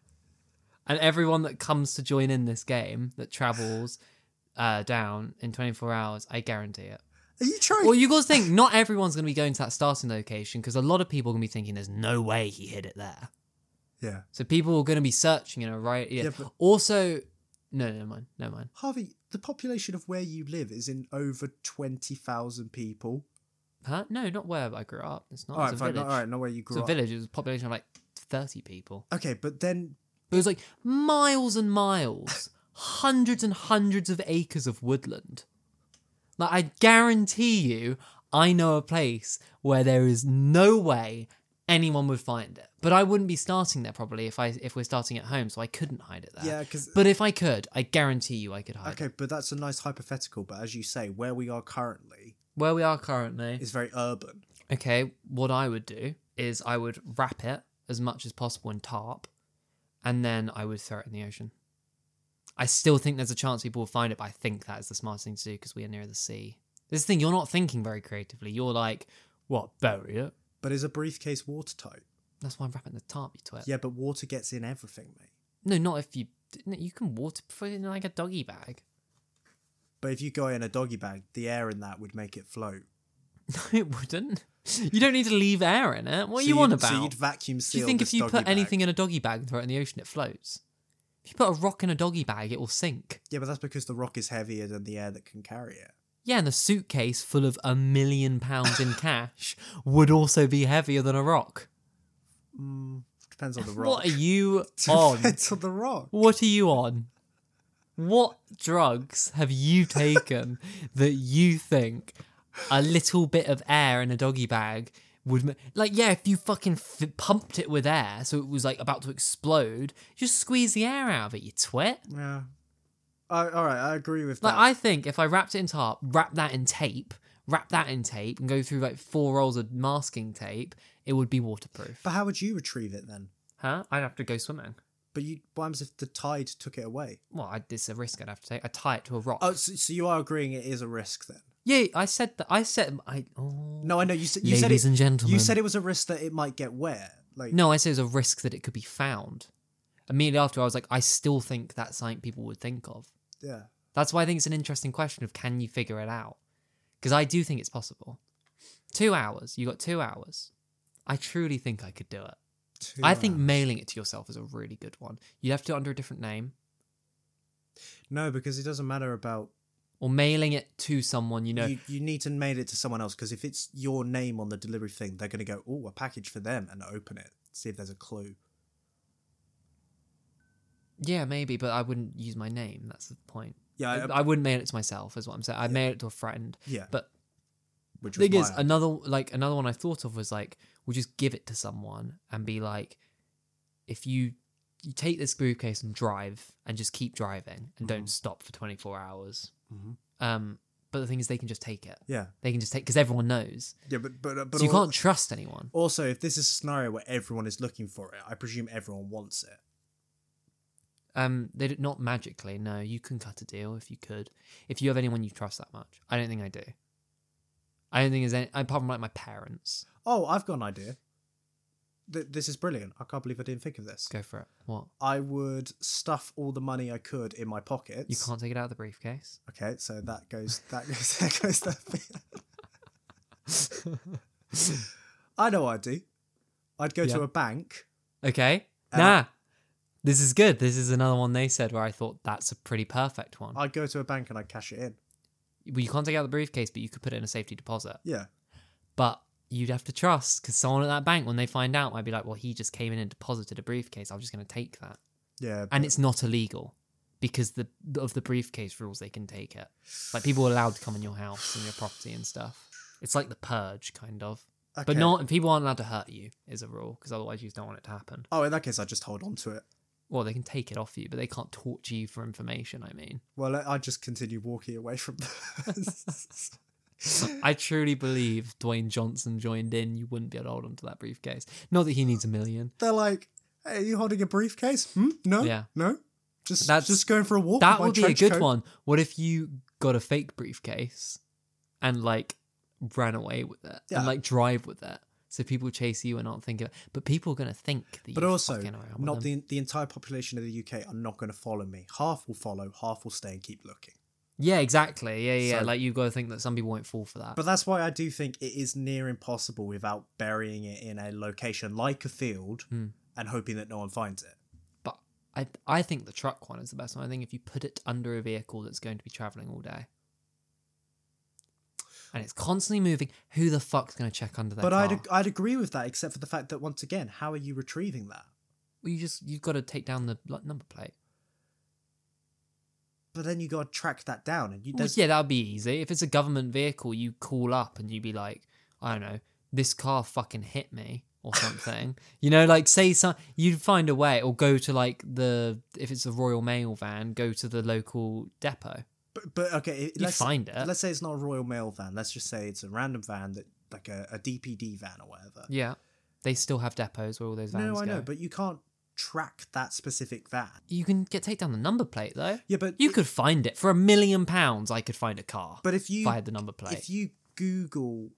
[SPEAKER 3] And everyone that comes to join in this game that travels uh, down in 24 hours, I guarantee it.
[SPEAKER 4] Are you trying?
[SPEAKER 3] Well, you got to think, not everyone's going to be going to that starting location because a lot of people are going to be thinking there's no way he hid it there.
[SPEAKER 4] yeah,
[SPEAKER 3] So people are going to be searching, you know, right? Yeah.
[SPEAKER 4] Yeah, but-
[SPEAKER 3] Also, no, never mind, never mind.
[SPEAKER 4] Harvey. The population of where you live is in over twenty thousand people.
[SPEAKER 3] Huh? No, not where I grew up. It's not.
[SPEAKER 4] all right,
[SPEAKER 3] Oh, it's a
[SPEAKER 4] fine.
[SPEAKER 3] village.
[SPEAKER 4] All right, not where you
[SPEAKER 3] It's
[SPEAKER 4] grew
[SPEAKER 3] a
[SPEAKER 4] up.
[SPEAKER 3] village. It was a population of like 30 people.
[SPEAKER 4] Okay, but then
[SPEAKER 3] But it was like miles and miles, hundreds and hundreds of acres of woodland. Like, I guarantee you, I know a place where there is no way anyone would find it. But I wouldn't be starting there probably if I if we're starting at home, so I couldn't hide it there.
[SPEAKER 4] yeah, because
[SPEAKER 3] But if I could, I guarantee you Ah, I could hide it.
[SPEAKER 4] okay, but that's a nice hypothetical. But as you say, where we are currently
[SPEAKER 3] Where we are currently,
[SPEAKER 4] is very urban.
[SPEAKER 3] okay, what I would do is I would wrap it as much as possible in tarp and then I would throw it in the ocean. I still think there's a chance people will find it, but I think that is the smartest thing to do because we are near the sea. This thing, you're not thinking very creatively. You're like, what, bury it?
[SPEAKER 4] But is a briefcase watertight?
[SPEAKER 3] That's why I'm wrapping the tarp, you twit.
[SPEAKER 4] Yeah, but water gets in everything, mate.
[SPEAKER 3] No, not if you. no, You can waterproof it in like a doggy bag.
[SPEAKER 4] But if you go in a doggy bag, the air in that would make it float.
[SPEAKER 3] No, it wouldn't. You don't need to leave air in it. What are
[SPEAKER 4] So
[SPEAKER 3] you on
[SPEAKER 4] you'd-
[SPEAKER 3] about?
[SPEAKER 4] So you'd vacuum seal.
[SPEAKER 3] Do you think
[SPEAKER 4] this
[SPEAKER 3] if you
[SPEAKER 4] doggy
[SPEAKER 3] put
[SPEAKER 4] bag.
[SPEAKER 3] anything in a doggy bag and throw it in the ocean, it floats? If you put a rock in a doggy bag, it will sink.
[SPEAKER 4] Yeah, but that's because the rock is heavier than the air that can carry it.
[SPEAKER 3] Yeah, and a suitcase full of a million pounds in cash would also be heavier than a rock.
[SPEAKER 4] Depends on the rock.
[SPEAKER 3] What are you on?
[SPEAKER 4] Depends on the rock.
[SPEAKER 3] What are you on? What drugs have you taken that you think a little bit of air in a doggy bag would ma- like yeah if you fucking f- pumped it with air so it was like about to explode just squeeze the air out of it you twit
[SPEAKER 4] Yeah. I, all right, I agree with
[SPEAKER 3] like
[SPEAKER 4] that.
[SPEAKER 3] i think if i wrapped it in tarp wrap that in tape wrap that in tape and go through like four rolls of masking tape it would be waterproof
[SPEAKER 4] but how would you retrieve it then?
[SPEAKER 3] huh i'd have to go swimming
[SPEAKER 4] But you, what happens if the tide took it away?
[SPEAKER 3] well I, it's a risk i'd have to take i tie it to a rock
[SPEAKER 4] Oh, so, so you are agreeing it is a risk then?
[SPEAKER 3] yeah i said that i said i oh
[SPEAKER 4] No, I know you said you said
[SPEAKER 3] Ladies
[SPEAKER 4] it,
[SPEAKER 3] and gentlemen.
[SPEAKER 4] You said it was a risk that it might get wet. Like
[SPEAKER 3] No, I said there's a risk that it could be found. Immediately after, I was like, I still think that's something people would think of.
[SPEAKER 4] yeah.
[SPEAKER 3] That's why I think it's an interesting question of can you figure it out? Because I do think it's possible. Two hours. You got two hours. I truly think I could do it.
[SPEAKER 4] Two
[SPEAKER 3] I think
[SPEAKER 4] hours.
[SPEAKER 3] mailing it to yourself is a really good one. You'd have to do it under a different name,
[SPEAKER 4] no, because it doesn't matter about
[SPEAKER 3] or mailing it to someone you know.
[SPEAKER 4] you. You need to mail it to someone else because if it's your name on the delivery thing, they're going to go, "Oh, a package for them," and open it, see if there's a clue.
[SPEAKER 3] yeah, maybe, but I wouldn't use my name. That's the point.
[SPEAKER 4] Yeah, uh,
[SPEAKER 3] I,
[SPEAKER 4] I-
[SPEAKER 3] I wouldn't mail it to myself, is what I'm saying. I'd mail it to a friend.
[SPEAKER 4] Yeah.
[SPEAKER 3] But
[SPEAKER 4] Which
[SPEAKER 3] thing
[SPEAKER 4] was
[SPEAKER 3] is
[SPEAKER 4] my idea.
[SPEAKER 3] another like another one I thought of was like we'll just give it to someone and be like if you you take this briefcase and drive and just keep driving and
[SPEAKER 4] Mm-hmm.
[SPEAKER 3] don't stop for 24 hours
[SPEAKER 4] Mhm.
[SPEAKER 3] um but the thing is they can just take it
[SPEAKER 4] yeah,
[SPEAKER 3] they can just take because everyone knows
[SPEAKER 4] yeah, but but uh, but
[SPEAKER 3] so you
[SPEAKER 4] al-
[SPEAKER 3] can't trust anyone
[SPEAKER 4] Also, if this is a scenario where everyone is looking for it, I presume everyone wants it.
[SPEAKER 3] um they do not magically no you can cut a deal if you could if you have anyone you trust that much I don't think I do I don't think there's any apart from like my parents
[SPEAKER 4] Oh, I've got an idea. Th- this is brilliant. I can't believe I didn't think of this.
[SPEAKER 3] go for it what
[SPEAKER 4] I would stuff all the money I could in my pockets.
[SPEAKER 3] you can't take it out of the briefcase
[SPEAKER 4] Okay, so that goes that goes that goes that bit. I know what I'd do. I'd go to
[SPEAKER 3] Yeah.
[SPEAKER 4] a bank.
[SPEAKER 3] Okay.
[SPEAKER 4] And
[SPEAKER 3] nah. This is good. This is another one they said where I thought that's a pretty perfect one.
[SPEAKER 4] I'd go to a bank and I'd cash it in.
[SPEAKER 3] well, you can't take out the briefcase, but you could put it in a safety deposit.
[SPEAKER 4] Yeah.
[SPEAKER 3] But you'd have to trust because someone at that bank, when they find out, might be like, well, he just came in and deposited a briefcase. I'm just going to take that.
[SPEAKER 4] Yeah.
[SPEAKER 3] And it's not illegal because the of the briefcase rules, they can take it. Like people are allowed to come in your house and your property and stuff. It's like the purge, kind of. But
[SPEAKER 4] Okay.
[SPEAKER 3] not people aren't allowed to hurt you is a rule because otherwise you just don't want it to happen.
[SPEAKER 4] Oh, in that case I'd just hold on to it.
[SPEAKER 3] Well, they can take it off you, but they can't torture you for information. I mean,
[SPEAKER 4] Well, I- I'd just continue walking away from this.
[SPEAKER 3] I truly believe if Dwayne Johnson joined in, you wouldn't be able to hold onto that briefcase. Not that he needs a million.
[SPEAKER 4] They're like, Hey, are you holding a briefcase? Hmm? No?
[SPEAKER 3] Yeah.
[SPEAKER 4] No? Just
[SPEAKER 3] That's-
[SPEAKER 4] just going for a walk.
[SPEAKER 3] That
[SPEAKER 4] with Oh, my
[SPEAKER 3] would be a
[SPEAKER 4] trench
[SPEAKER 3] good
[SPEAKER 4] coat?"
[SPEAKER 3] one. What if you got a fake briefcase and like ran away with it
[SPEAKER 4] Yeah.
[SPEAKER 3] and like drive with it? So people chase you and aren't thinking, but people are gonna think that.
[SPEAKER 4] But
[SPEAKER 3] you're
[SPEAKER 4] also,
[SPEAKER 3] fucking around with them.
[SPEAKER 4] not the the entire population of the UK are not going to follow me. Half will follow, half will stay and keep looking.
[SPEAKER 3] Yeah, exactly. Yeah, yeah.
[SPEAKER 4] So-
[SPEAKER 3] like you got to think that some people won't fall for that.
[SPEAKER 4] But that's why I do think it is near impossible without burying it in a location like a field
[SPEAKER 3] Hmm.
[SPEAKER 4] and hoping that no one finds it.
[SPEAKER 3] but I I think the truck one is the best one. I think if you put it under a vehicle that's going to be traveling all day. And it's constantly moving. Who the fuck's going to check under that?
[SPEAKER 4] but
[SPEAKER 3] car?
[SPEAKER 4] I'd ag- I'd agree with that, except for the fact that once again, how are you retrieving that?
[SPEAKER 3] Well, you just you've got to take down the like, number plate.
[SPEAKER 4] But then you got to track that down, and you
[SPEAKER 3] Well,
[SPEAKER 4] there's,
[SPEAKER 3] yeah, that'd be easy. If it's a government vehicle, you call up and you be like, I don't know, this car fucking hit me or something. you know, like say some, you'd find a way, or go to like the if it's a Royal Mail van, go to the local depot.
[SPEAKER 4] but, but okay, it-
[SPEAKER 3] You
[SPEAKER 4] let's
[SPEAKER 3] find it.
[SPEAKER 4] Let's say it's not a Royal Mail van. Let's just say it's a random van that like a, a DPD van or whatever.
[SPEAKER 3] Yeah, they still have depots where all those vans
[SPEAKER 4] no, I
[SPEAKER 3] go.
[SPEAKER 4] know, but you can't track that specific van.
[SPEAKER 3] you can get take down the number plate though.
[SPEAKER 4] Yeah, but
[SPEAKER 3] You could find it for a million pounds. I could find a car.
[SPEAKER 4] But if you
[SPEAKER 3] via the number plate.
[SPEAKER 4] if you Google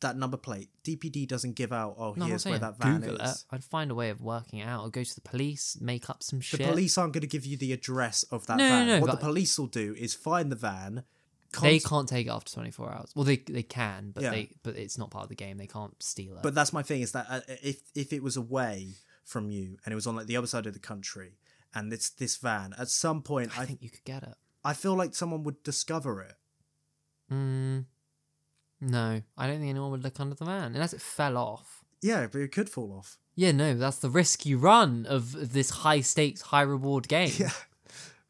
[SPEAKER 4] that number plate, DPD doesn't give out. Oh,
[SPEAKER 3] No, I'm not
[SPEAKER 4] here's where
[SPEAKER 3] saying
[SPEAKER 4] that van
[SPEAKER 3] Google
[SPEAKER 4] is.
[SPEAKER 3] it. I'd find a way of working it out. I'd go to the police, make up some
[SPEAKER 4] The
[SPEAKER 3] shit.
[SPEAKER 4] police aren't going to give you the address of that
[SPEAKER 3] No, no,
[SPEAKER 4] van.
[SPEAKER 3] no,
[SPEAKER 4] what the
[SPEAKER 3] but-
[SPEAKER 4] police will do is find the van.
[SPEAKER 3] they
[SPEAKER 4] const-
[SPEAKER 3] can't take it after 24 hours. Well, they they can, but
[SPEAKER 4] Yeah.
[SPEAKER 3] they but it's not part of the game. They can't steal it.
[SPEAKER 4] But that's my thing is that uh, if if it was away from you and it was on like the other side of the country and it's this van, at some point
[SPEAKER 3] I
[SPEAKER 4] I
[SPEAKER 3] think you could get it.
[SPEAKER 4] I feel like someone would discover it.
[SPEAKER 3] Mm, no, I don't think anyone would look under the van unless it fell off.
[SPEAKER 4] Yeah, but it could fall off.
[SPEAKER 3] Yeah, no, that's the risk you run of this high stakes, high reward game.
[SPEAKER 4] Yeah.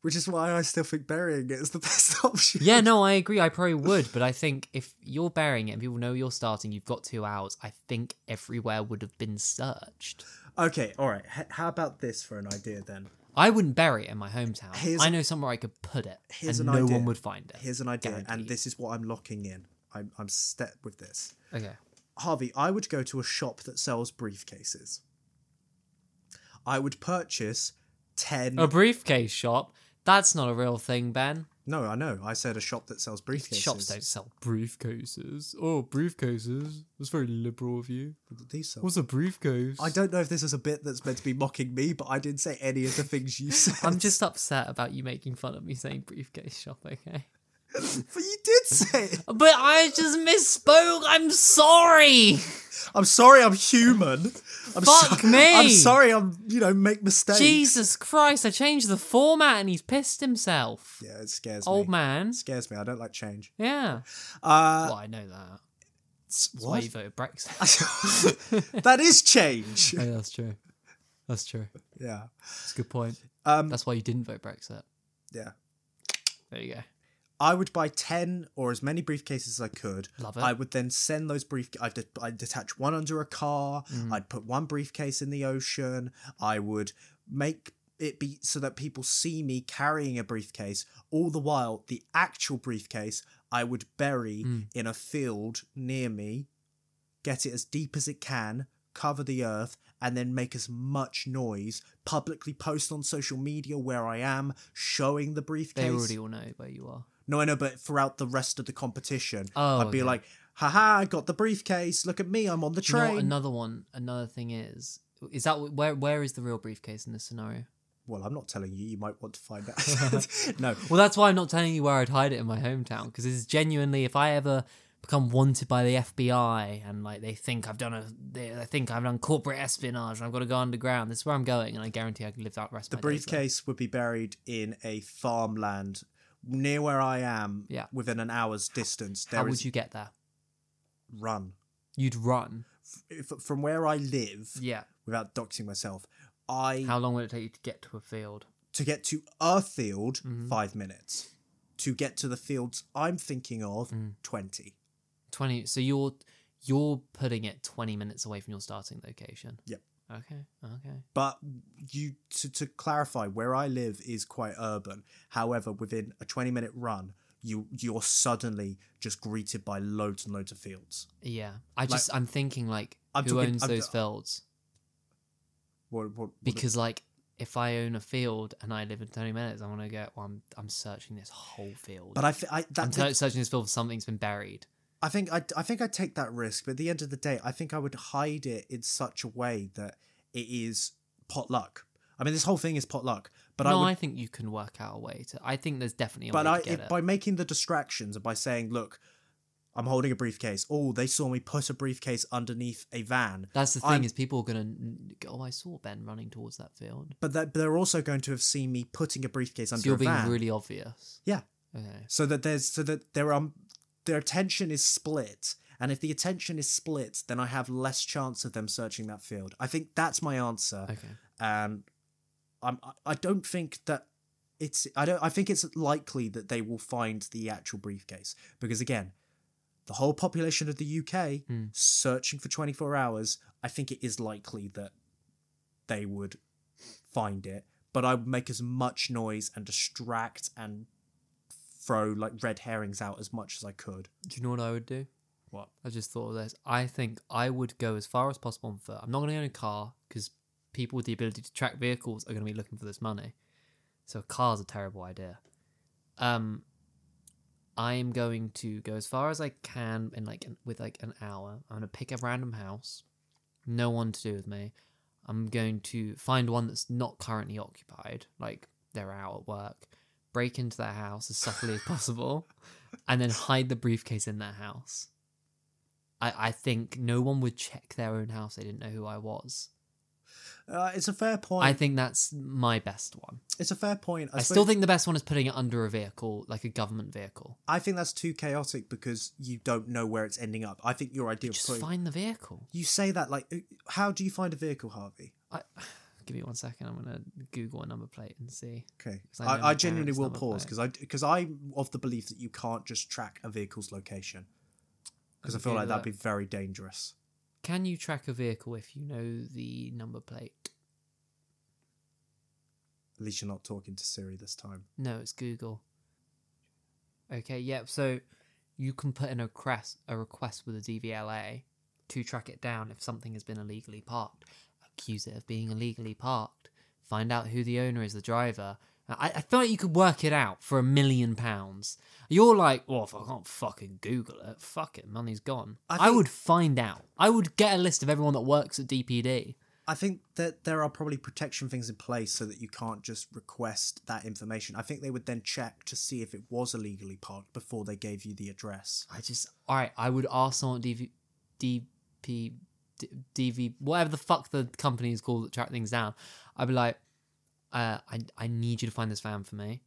[SPEAKER 4] which is why I still think burying it is the best option.
[SPEAKER 3] Yeah, no, I agree. I probably would, but I think if you're bearing it and people know you're starting, you've got two hours. I think everywhere would have been searched.
[SPEAKER 4] Okay, all right. H- how about this for an idea then?
[SPEAKER 3] I wouldn't bury it in my hometown.
[SPEAKER 4] Here's-
[SPEAKER 3] I know somewhere I could put it,
[SPEAKER 4] here's
[SPEAKER 3] and no
[SPEAKER 4] an idea.
[SPEAKER 3] one would find it.
[SPEAKER 4] Here's an idea, and
[SPEAKER 3] Guaranteed.
[SPEAKER 4] this is what I'm locking in. I'm I'm step with this.
[SPEAKER 3] Okay.
[SPEAKER 4] Harvey, I would go to a shop that sells briefcases. I would purchase ten.
[SPEAKER 3] A briefcase shop? That's not a real thing, Ben.
[SPEAKER 4] no, I know. I said a shop that sells briefcases.
[SPEAKER 3] Shops don't sell briefcases. Oh, briefcases. That's very liberal of you.
[SPEAKER 4] These sell-
[SPEAKER 3] What's a briefcase?
[SPEAKER 4] I don't know if this is a bit that's meant to be mocking me, but I didn't say any of the things you said.
[SPEAKER 3] I'm just upset about you making fun of me saying briefcase shop, okay?
[SPEAKER 4] But you did say it.
[SPEAKER 3] But I just misspoke. I'm sorry.
[SPEAKER 4] I'm sorry, I'm human. I'm
[SPEAKER 3] Fuck me.
[SPEAKER 4] I'm sorry, I'm you know make mistakes.
[SPEAKER 3] Jesus Christ, I changed the format and he's pissed himself.
[SPEAKER 4] Yeah, it scares
[SPEAKER 3] Old
[SPEAKER 4] me.
[SPEAKER 3] man.
[SPEAKER 4] It scares me. I don't like change.
[SPEAKER 3] Yeah.
[SPEAKER 4] Uh,
[SPEAKER 3] well, I know that. That's
[SPEAKER 4] s-
[SPEAKER 3] why
[SPEAKER 4] what?
[SPEAKER 3] you voted Brexit.
[SPEAKER 4] that is change.
[SPEAKER 3] yeah, that's true. That's true.
[SPEAKER 4] Yeah.
[SPEAKER 3] That's a good point.
[SPEAKER 4] Um,
[SPEAKER 3] That's why you didn't vote Brexit.
[SPEAKER 4] yeah.
[SPEAKER 3] There you go.
[SPEAKER 4] I would buy 10 or as many briefcases as I could.
[SPEAKER 3] Love it.
[SPEAKER 4] I would then send those brief. I'd, det- I'd detach one under a car.
[SPEAKER 3] Mm.
[SPEAKER 4] I'd put one briefcase in the ocean. I would make it be so that people see me carrying a briefcase. All the while, the actual briefcase I would bury
[SPEAKER 3] Mm.
[SPEAKER 4] in a field near me, get it as deep as it can, cover the earth, and then make as much noise. Publicly post on social media where I am, showing the briefcase.
[SPEAKER 3] They already all know where you are.
[SPEAKER 4] No, I know, but throughout the rest of the competition,
[SPEAKER 3] Oh,
[SPEAKER 4] I'd be
[SPEAKER 3] okay.
[SPEAKER 4] like, haha, I got the briefcase. Look at me, I'm on the
[SPEAKER 3] Do you know what
[SPEAKER 4] train.
[SPEAKER 3] another one, another thing is, is that wh- where where is the real briefcase in this scenario?
[SPEAKER 4] well, I'm not telling you, you might want to find out. no,
[SPEAKER 3] Well, that's why I'm not telling you where I'd hide it in my hometown because it's genuinely if I ever become wanted by the FBI and like they think I've done a they, they think I've done corporate espionage and I've got to go underground. This is where I'm going, and I guarantee I can live that rest.
[SPEAKER 4] the
[SPEAKER 3] of my days there.
[SPEAKER 4] briefcase would be buried in a farmland near where I am,
[SPEAKER 3] Yeah.
[SPEAKER 4] within an hour's distance. There
[SPEAKER 3] How
[SPEAKER 4] is
[SPEAKER 3] would you get there?
[SPEAKER 4] run
[SPEAKER 3] You'd run.
[SPEAKER 4] If, from where I live,
[SPEAKER 3] Yeah.
[SPEAKER 4] without doxing myself. I
[SPEAKER 3] How long would it take you to get to a field?
[SPEAKER 4] to get to a field,
[SPEAKER 3] Mhm.
[SPEAKER 4] five minutes. To get to the fields I'm thinking of,
[SPEAKER 3] Mm.
[SPEAKER 4] twenty.
[SPEAKER 3] Twenty. So you're you're putting it twenty minutes away from your starting location.
[SPEAKER 4] Yep.
[SPEAKER 3] Okay. Okay.
[SPEAKER 4] But you to, to clarify, where I live is quite urban. However, within a 20 minute run, you you're suddenly just greeted by loads and loads of fields.
[SPEAKER 3] Yeah. I just I'm thinking like
[SPEAKER 4] I'm
[SPEAKER 3] who
[SPEAKER 4] talking-
[SPEAKER 3] owns
[SPEAKER 4] I'm-
[SPEAKER 3] those fields.
[SPEAKER 4] What, what, what-
[SPEAKER 3] because like if I own a field and I live in 20 minutes, I want to go. Well, I'm I'm searching this whole field.
[SPEAKER 4] but I, th- I
[SPEAKER 3] I'm
[SPEAKER 4] that
[SPEAKER 3] search- searching this field for something's been buried.
[SPEAKER 4] I think I I think I take that risk. But at the end of the day, I think I would hide it in such a way that it is potluck. I mean, this whole thing is potluck. But
[SPEAKER 3] no,
[SPEAKER 4] I would
[SPEAKER 3] I think you can work out a way to. I think there's definitely a
[SPEAKER 4] but
[SPEAKER 3] way
[SPEAKER 4] I
[SPEAKER 3] to get
[SPEAKER 4] if-
[SPEAKER 3] it.
[SPEAKER 4] by making the distractions and by saying, look. I'm holding a briefcase. Oh, they saw me put a briefcase underneath a van.
[SPEAKER 3] That's the thing
[SPEAKER 4] I'm-
[SPEAKER 3] is people are gonna. n- go, Oh, I saw Ben running towards that field.
[SPEAKER 4] but that they're also going to have seen me putting a briefcase under
[SPEAKER 3] So you're
[SPEAKER 4] a
[SPEAKER 3] being
[SPEAKER 4] van,
[SPEAKER 3] really obvious.
[SPEAKER 4] Yeah.
[SPEAKER 3] Okay.
[SPEAKER 4] so that there's so that their um their attention is split, and if the attention is split, then I have less chance of them searching that field. I think that's my answer,
[SPEAKER 3] Okay.
[SPEAKER 4] and I'm I- I don't think that it's I don't I think it's likely that they will find the actual briefcase because again. The whole population of the UK
[SPEAKER 3] Hmm.
[SPEAKER 4] searching for 24 hours, I think it is likely that they would find it, but I would make as much noise and distract and throw like red herrings out as much as I could.
[SPEAKER 3] Do you know what I would do?
[SPEAKER 4] What?
[SPEAKER 3] I just thought of this. I think I would go as far as possible on foot. I'm not going to go in a car because people with the ability to track vehicles are going to be looking for this money. So a car's a terrible idea. Um, I am going to go as far as I can in like an, with like an hour. I'm going to pick a random house, no one to do with me. I'm going to find one that's not currently occupied, like they're out at work, break into their house as subtly as possible, and then hide the briefcase in their house. I, I think no one would check their own house. They didn't know who I was.
[SPEAKER 4] Uh, it's a fair point.
[SPEAKER 3] I think that's my best one.
[SPEAKER 4] it's a fair point.
[SPEAKER 3] I,
[SPEAKER 4] I,
[SPEAKER 3] still
[SPEAKER 4] suppose-
[SPEAKER 3] think the best one is putting it under a vehicle, like a government vehicle.
[SPEAKER 4] I think that's too chaotic because you don't know where it's ending up. I think your idea.
[SPEAKER 3] Just
[SPEAKER 4] putting- uh,
[SPEAKER 3] find the vehicle.
[SPEAKER 4] You say that like, how do you find a vehicle, Harvey?
[SPEAKER 3] I, Give me one second. I'm gonna Google a number plate and see.
[SPEAKER 4] Okay.
[SPEAKER 3] 'Cause I know
[SPEAKER 4] I, I
[SPEAKER 3] my
[SPEAKER 4] genuinely
[SPEAKER 3] parents'
[SPEAKER 4] will
[SPEAKER 3] number plate.
[SPEAKER 4] pause because I because I'm of the belief that you can't just track a vehicle's location because I
[SPEAKER 3] can
[SPEAKER 4] feel like
[SPEAKER 3] Google
[SPEAKER 4] that'd be
[SPEAKER 3] it.
[SPEAKER 4] very dangerous.
[SPEAKER 3] Can you track a vehicle if you know the number plate?
[SPEAKER 4] At least you're not talking to Siri this time.
[SPEAKER 3] No, it's Google. Okay, yep. So you can put in a request, a request with the DVLA to track it down if something has been illegally parked. Accuse it of being illegally parked. Find out who the owner is, the driver. I, I feel like you could work it out for a million pounds. You're like, well, if I can't fucking Google it, fuck it, money's gone.
[SPEAKER 4] I
[SPEAKER 3] I
[SPEAKER 4] think-
[SPEAKER 3] would find out. I would get a list of everyone that works at DPD.
[SPEAKER 4] I think that there are probably protection things in place so that you can't just request that information. I think they would then check to see if it was illegally parked before they gave you the address.
[SPEAKER 3] I just all right. I would ask someone at DV, DP, D- DV, whatever the fuck the company is called that track things down. I'd be like, uh, I I need you to find this van for me,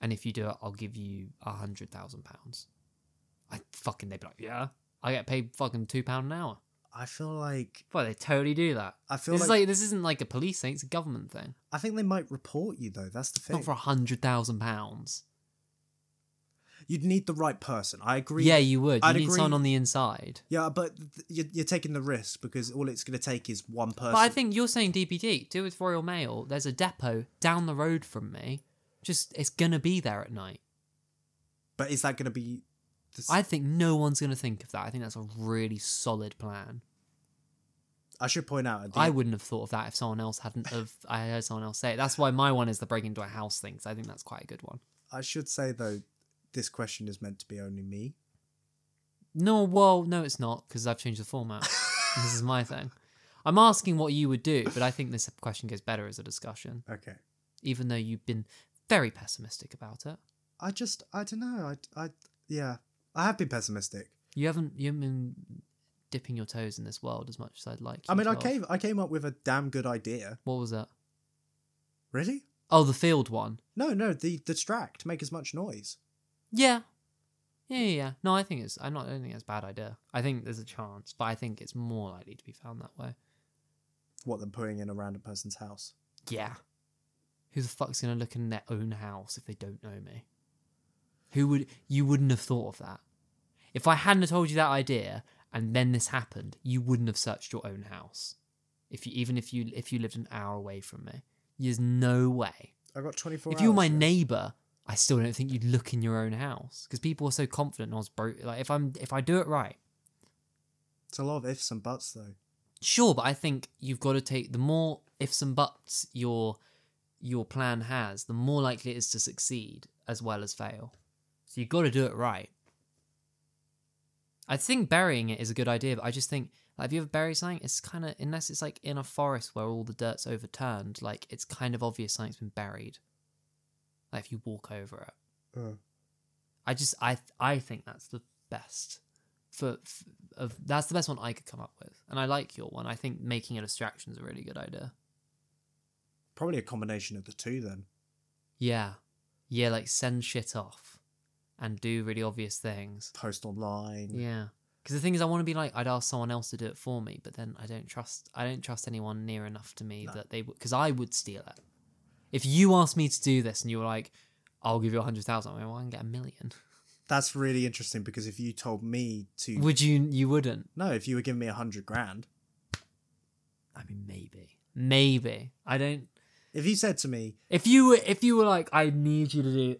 [SPEAKER 3] and if you do it, I'll give you a hundred thousand pounds. I fucking they'd be like, yeah, I get paid fucking two pound an hour.
[SPEAKER 4] I feel like
[SPEAKER 3] Well, they totally do that.
[SPEAKER 4] I feel
[SPEAKER 3] This
[SPEAKER 4] like,
[SPEAKER 3] is like this isn't like a police thing; it's a government thing.
[SPEAKER 4] I think they might report you though. That's the
[SPEAKER 3] It's not
[SPEAKER 4] thing.
[SPEAKER 3] for a hundred thousand pounds.
[SPEAKER 4] You'd need the right person. I agree.
[SPEAKER 3] Yeah, you would. You
[SPEAKER 4] I'd
[SPEAKER 3] need someone
[SPEAKER 4] agree-
[SPEAKER 3] on the inside.
[SPEAKER 4] Yeah, but th- you're, you're taking the risk because all it's going to take is one person.
[SPEAKER 3] But I think you're saying DPD. Do with Royal Mail. There's a depot down the road from me. Just it's gonna be there at night.
[SPEAKER 4] But is that going to be? The...
[SPEAKER 3] I think no one's gonna think of that. I think that's a really solid plan.
[SPEAKER 4] I should point out. at the-
[SPEAKER 3] I wouldn't have thought of that if someone else hadn't. Of I heard someone else say it. That's why my one is the break into a house thing. 'cause I think that's quite a good one.
[SPEAKER 4] I should say though, this question is meant to be only me.
[SPEAKER 3] No, well, no, it's not because I've changed the format. this is my thing. I'm asking what you would do, but I think this question goes better as a discussion,
[SPEAKER 4] Okay.
[SPEAKER 3] even though you've been very pessimistic about it.
[SPEAKER 4] I just I don't know. I I yeah. I have been pessimistic.
[SPEAKER 3] You haven't you haven't been dipping your toes in this world as much as I'd like.
[SPEAKER 4] I
[SPEAKER 3] you
[SPEAKER 4] mean,
[SPEAKER 3] to
[SPEAKER 4] I
[SPEAKER 3] have.
[SPEAKER 4] came I came up with a damn good idea.
[SPEAKER 3] What was that?
[SPEAKER 4] Really?
[SPEAKER 3] Oh, the field one.
[SPEAKER 4] No, no. The distract, make as much noise.
[SPEAKER 3] Yeah. Yeah, yeah, yeah. No, I think it's. I'm not. I don't think it's a bad idea. I think there's a chance, but I think it's more likely to be found that way.
[SPEAKER 4] What than putting in a random person's house.
[SPEAKER 3] Yeah. Who the fuck's gonna look in their own house if they don't know me? Who would you wouldn't have thought of that? If I hadn't have told you that idea and then this happened, you wouldn't have searched your own house. If you even if you if you lived an hour away from me, there's no way.
[SPEAKER 4] I got twenty four.
[SPEAKER 3] if you were my neighbor, I still don't think you'd look in your own house because people are so confident. And I was bro- like, if I'm if I do it right,
[SPEAKER 4] it's a lot of ifs and buts though.
[SPEAKER 3] sure. But I think you've got to take the more ifs and buts your your plan has, the more likely it is to succeed as well as fail. So you've got to do it right. I think burying it is a good idea, but I just think like, if you ever bury something, it's kind of unless it's like in a forest where all the dirt's overturned, like it's kind of obvious something's been buried. Like if you walk over it.
[SPEAKER 4] Uh.
[SPEAKER 3] I just I I think that's the best for, f of that's the best one I could come up with, and I like your one. I think making a distraction is a really good idea.
[SPEAKER 4] Probably a combination of the two then.
[SPEAKER 3] Yeah, yeah, like send shit off and do really obvious things.
[SPEAKER 4] Post online.
[SPEAKER 3] Yeah, because the thing is, I want to be like I'd ask someone else to do it for me, but then I don't trust I don't trust anyone near enough to me that they because I would steal it. If you asked me to do this and you were like, "I'll give you a hundred thousand, I mean, well, I can get a million.
[SPEAKER 4] That's really interesting because if you told me to
[SPEAKER 3] Would you? You wouldn't.
[SPEAKER 4] no, if you were giving me a hundred grand,
[SPEAKER 3] I mean, maybe, maybe. I don't.
[SPEAKER 4] if you said to me,
[SPEAKER 3] If you were, if you were like, I need you to do,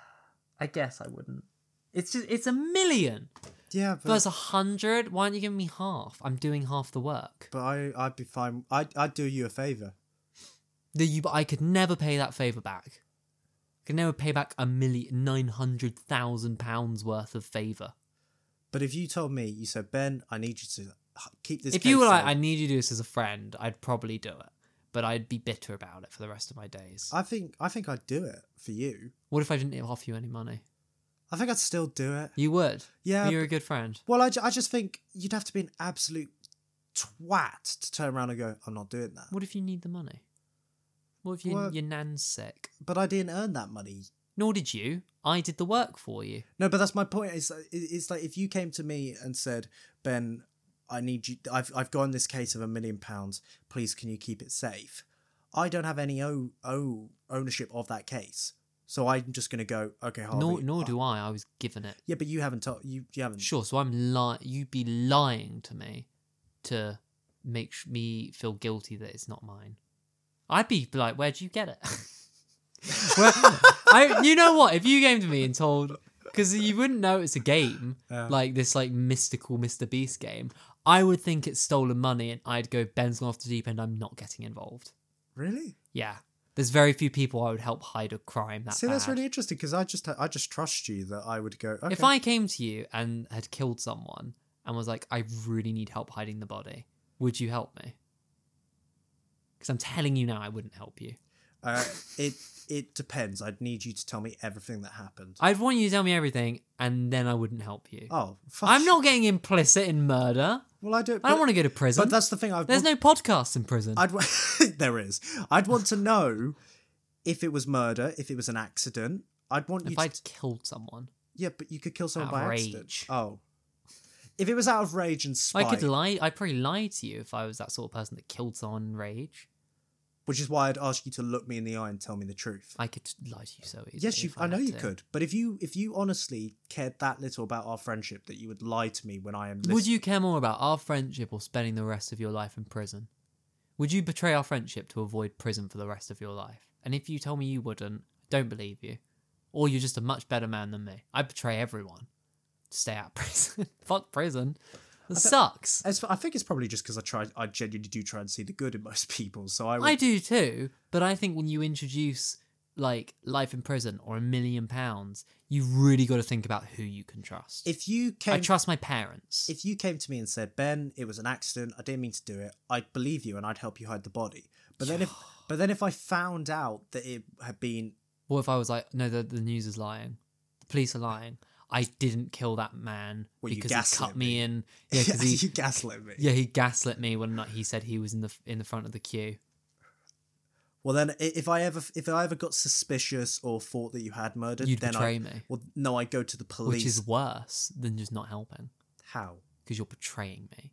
[SPEAKER 3] I guess I wouldn't. It's just, it's a million
[SPEAKER 4] yeah, but
[SPEAKER 3] versus a hundred. Why aren't you giving me half? I'm doing half the work.
[SPEAKER 4] But I, I'd be fine. I'd, I'd do you a favor.
[SPEAKER 3] The you, but I could never pay that favor back. I could never pay back a million nine hundred thousand pounds worth of favor.
[SPEAKER 4] But if you told me, you said, Ben, I need you to h- keep this.
[SPEAKER 3] If you
[SPEAKER 4] case
[SPEAKER 3] were like, I
[SPEAKER 4] safe."
[SPEAKER 3] need you to do this as a friend, I'd probably do it, but I'd be bitter about it for the rest of my days.
[SPEAKER 4] I think, I think I'd do it for you.
[SPEAKER 3] what if I didn't offer you any money?
[SPEAKER 4] I think I'd still do it.
[SPEAKER 3] You would.
[SPEAKER 4] Yeah,
[SPEAKER 3] You're a good friend.
[SPEAKER 4] Well, I, ju- I just think you'd have to be an absolute twat to turn around and go, I'm not doing that.
[SPEAKER 3] What if you need the money? What if you,
[SPEAKER 4] Well-
[SPEAKER 3] your nan's sick?
[SPEAKER 4] But I didn't earn that money.
[SPEAKER 3] Nor did you. I did the work for you.
[SPEAKER 4] No, but that's my point. It's like, it- it's like if you came to me and said, Ben, I need you. I've I've got this case of a million pounds. Please, can you keep it safe? I don't have any o- o- ownership of that case. So I'm just going to go, okay, Harvey.
[SPEAKER 3] Nor, nor do I. I was given it.
[SPEAKER 4] Yeah, but you haven't told you. You haven't.
[SPEAKER 3] Sure. So I'm lying. You'd be lying to me to make sh- me feel guilty that it's not mine. I'd be like, "Where'd you get it?" Where, I, you know what? If you came to me and told, because you wouldn't know it's a game like this, like mystical Mr. Beast game, I would think it's stolen money, and I'd go Ben's gone off the deep end. I'm not getting involved.
[SPEAKER 4] Really?
[SPEAKER 3] Yeah. There's very few people I would help hide a crime that
[SPEAKER 4] See, that's
[SPEAKER 3] bad.
[SPEAKER 4] really interesting because I just I just trust you that I would go. Okay.
[SPEAKER 3] If I came to you and had killed someone and was like, I really need help hiding the body, would you help me? Because I'm telling you now, I wouldn't help you.
[SPEAKER 4] uh, it it depends. I'd need you to tell me everything that happened.
[SPEAKER 3] I'd want you to tell me everything, and then I wouldn't help you.
[SPEAKER 4] oh, fuck.
[SPEAKER 3] I'm not getting implicit in murder.
[SPEAKER 4] Well, I don't.
[SPEAKER 3] I don't
[SPEAKER 4] but-
[SPEAKER 3] want to go to prison.
[SPEAKER 4] But that's the thing. I
[SPEAKER 3] There's no podcasts in prison.
[SPEAKER 4] I'd wa- there is. I'd want to know if it was murder, if it was an accident. I'd want you.
[SPEAKER 3] if
[SPEAKER 4] To,
[SPEAKER 3] I'd killed someone,
[SPEAKER 4] yeah, but you could kill someone
[SPEAKER 3] Out of
[SPEAKER 4] by accident.
[SPEAKER 3] rage.
[SPEAKER 4] Oh, if it was out of rage and spite,
[SPEAKER 3] I could lie. I'd probably lie to you if I was that sort of person that killed someone in rage.
[SPEAKER 4] which is why I'd ask you to look me in the eye and tell me the truth.
[SPEAKER 3] I could lie to you so easily.
[SPEAKER 4] yes, you.
[SPEAKER 3] if
[SPEAKER 4] I, know
[SPEAKER 3] had
[SPEAKER 4] you
[SPEAKER 3] to.
[SPEAKER 4] could. But if you if you honestly cared that little about our friendship that you would lie to me when I am.
[SPEAKER 3] Would
[SPEAKER 4] lis-
[SPEAKER 3] you care more about our friendship or spending the rest of your life in prison? Would you betray our friendship to avoid prison for the rest of your life? And if you tell me you wouldn't, I don't believe you. Or you're just a much better man than me. I betray everyone to stay out of prison. Fuck prison. That sucks.
[SPEAKER 4] As for, I think it's probably just because I try. I genuinely do try and see the good in most people. So I. Would,
[SPEAKER 3] I do too, but I think when you introduce like life in prison or a million pounds, you really got to think about who you can trust.
[SPEAKER 4] If you came.
[SPEAKER 3] I trust my parents.
[SPEAKER 4] if you came to me and said, "Ben, it was an accident. I didn't mean to do it," I'd believe you and I'd help you hide the body. But then if but then if I found out that it had been
[SPEAKER 3] What if I was like, no, the, the news is lying, the police are lying. I didn't kill that man
[SPEAKER 4] Well, you
[SPEAKER 3] because he
[SPEAKER 4] gaslit
[SPEAKER 3] cut me,
[SPEAKER 4] me.
[SPEAKER 3] in. Yeah, 'cause he,
[SPEAKER 4] you gaslit me.
[SPEAKER 3] yeah, he gaslit me when like, he said he was in the in the front of the queue.
[SPEAKER 4] Well, then i- if I ever if I ever got suspicious or thought that you had murdered,
[SPEAKER 3] You'd
[SPEAKER 4] then
[SPEAKER 3] betray
[SPEAKER 4] I,
[SPEAKER 3] me.
[SPEAKER 4] Well, no, I go to the police.
[SPEAKER 3] Which is worse than just not helping
[SPEAKER 4] How?
[SPEAKER 3] because you're betraying me.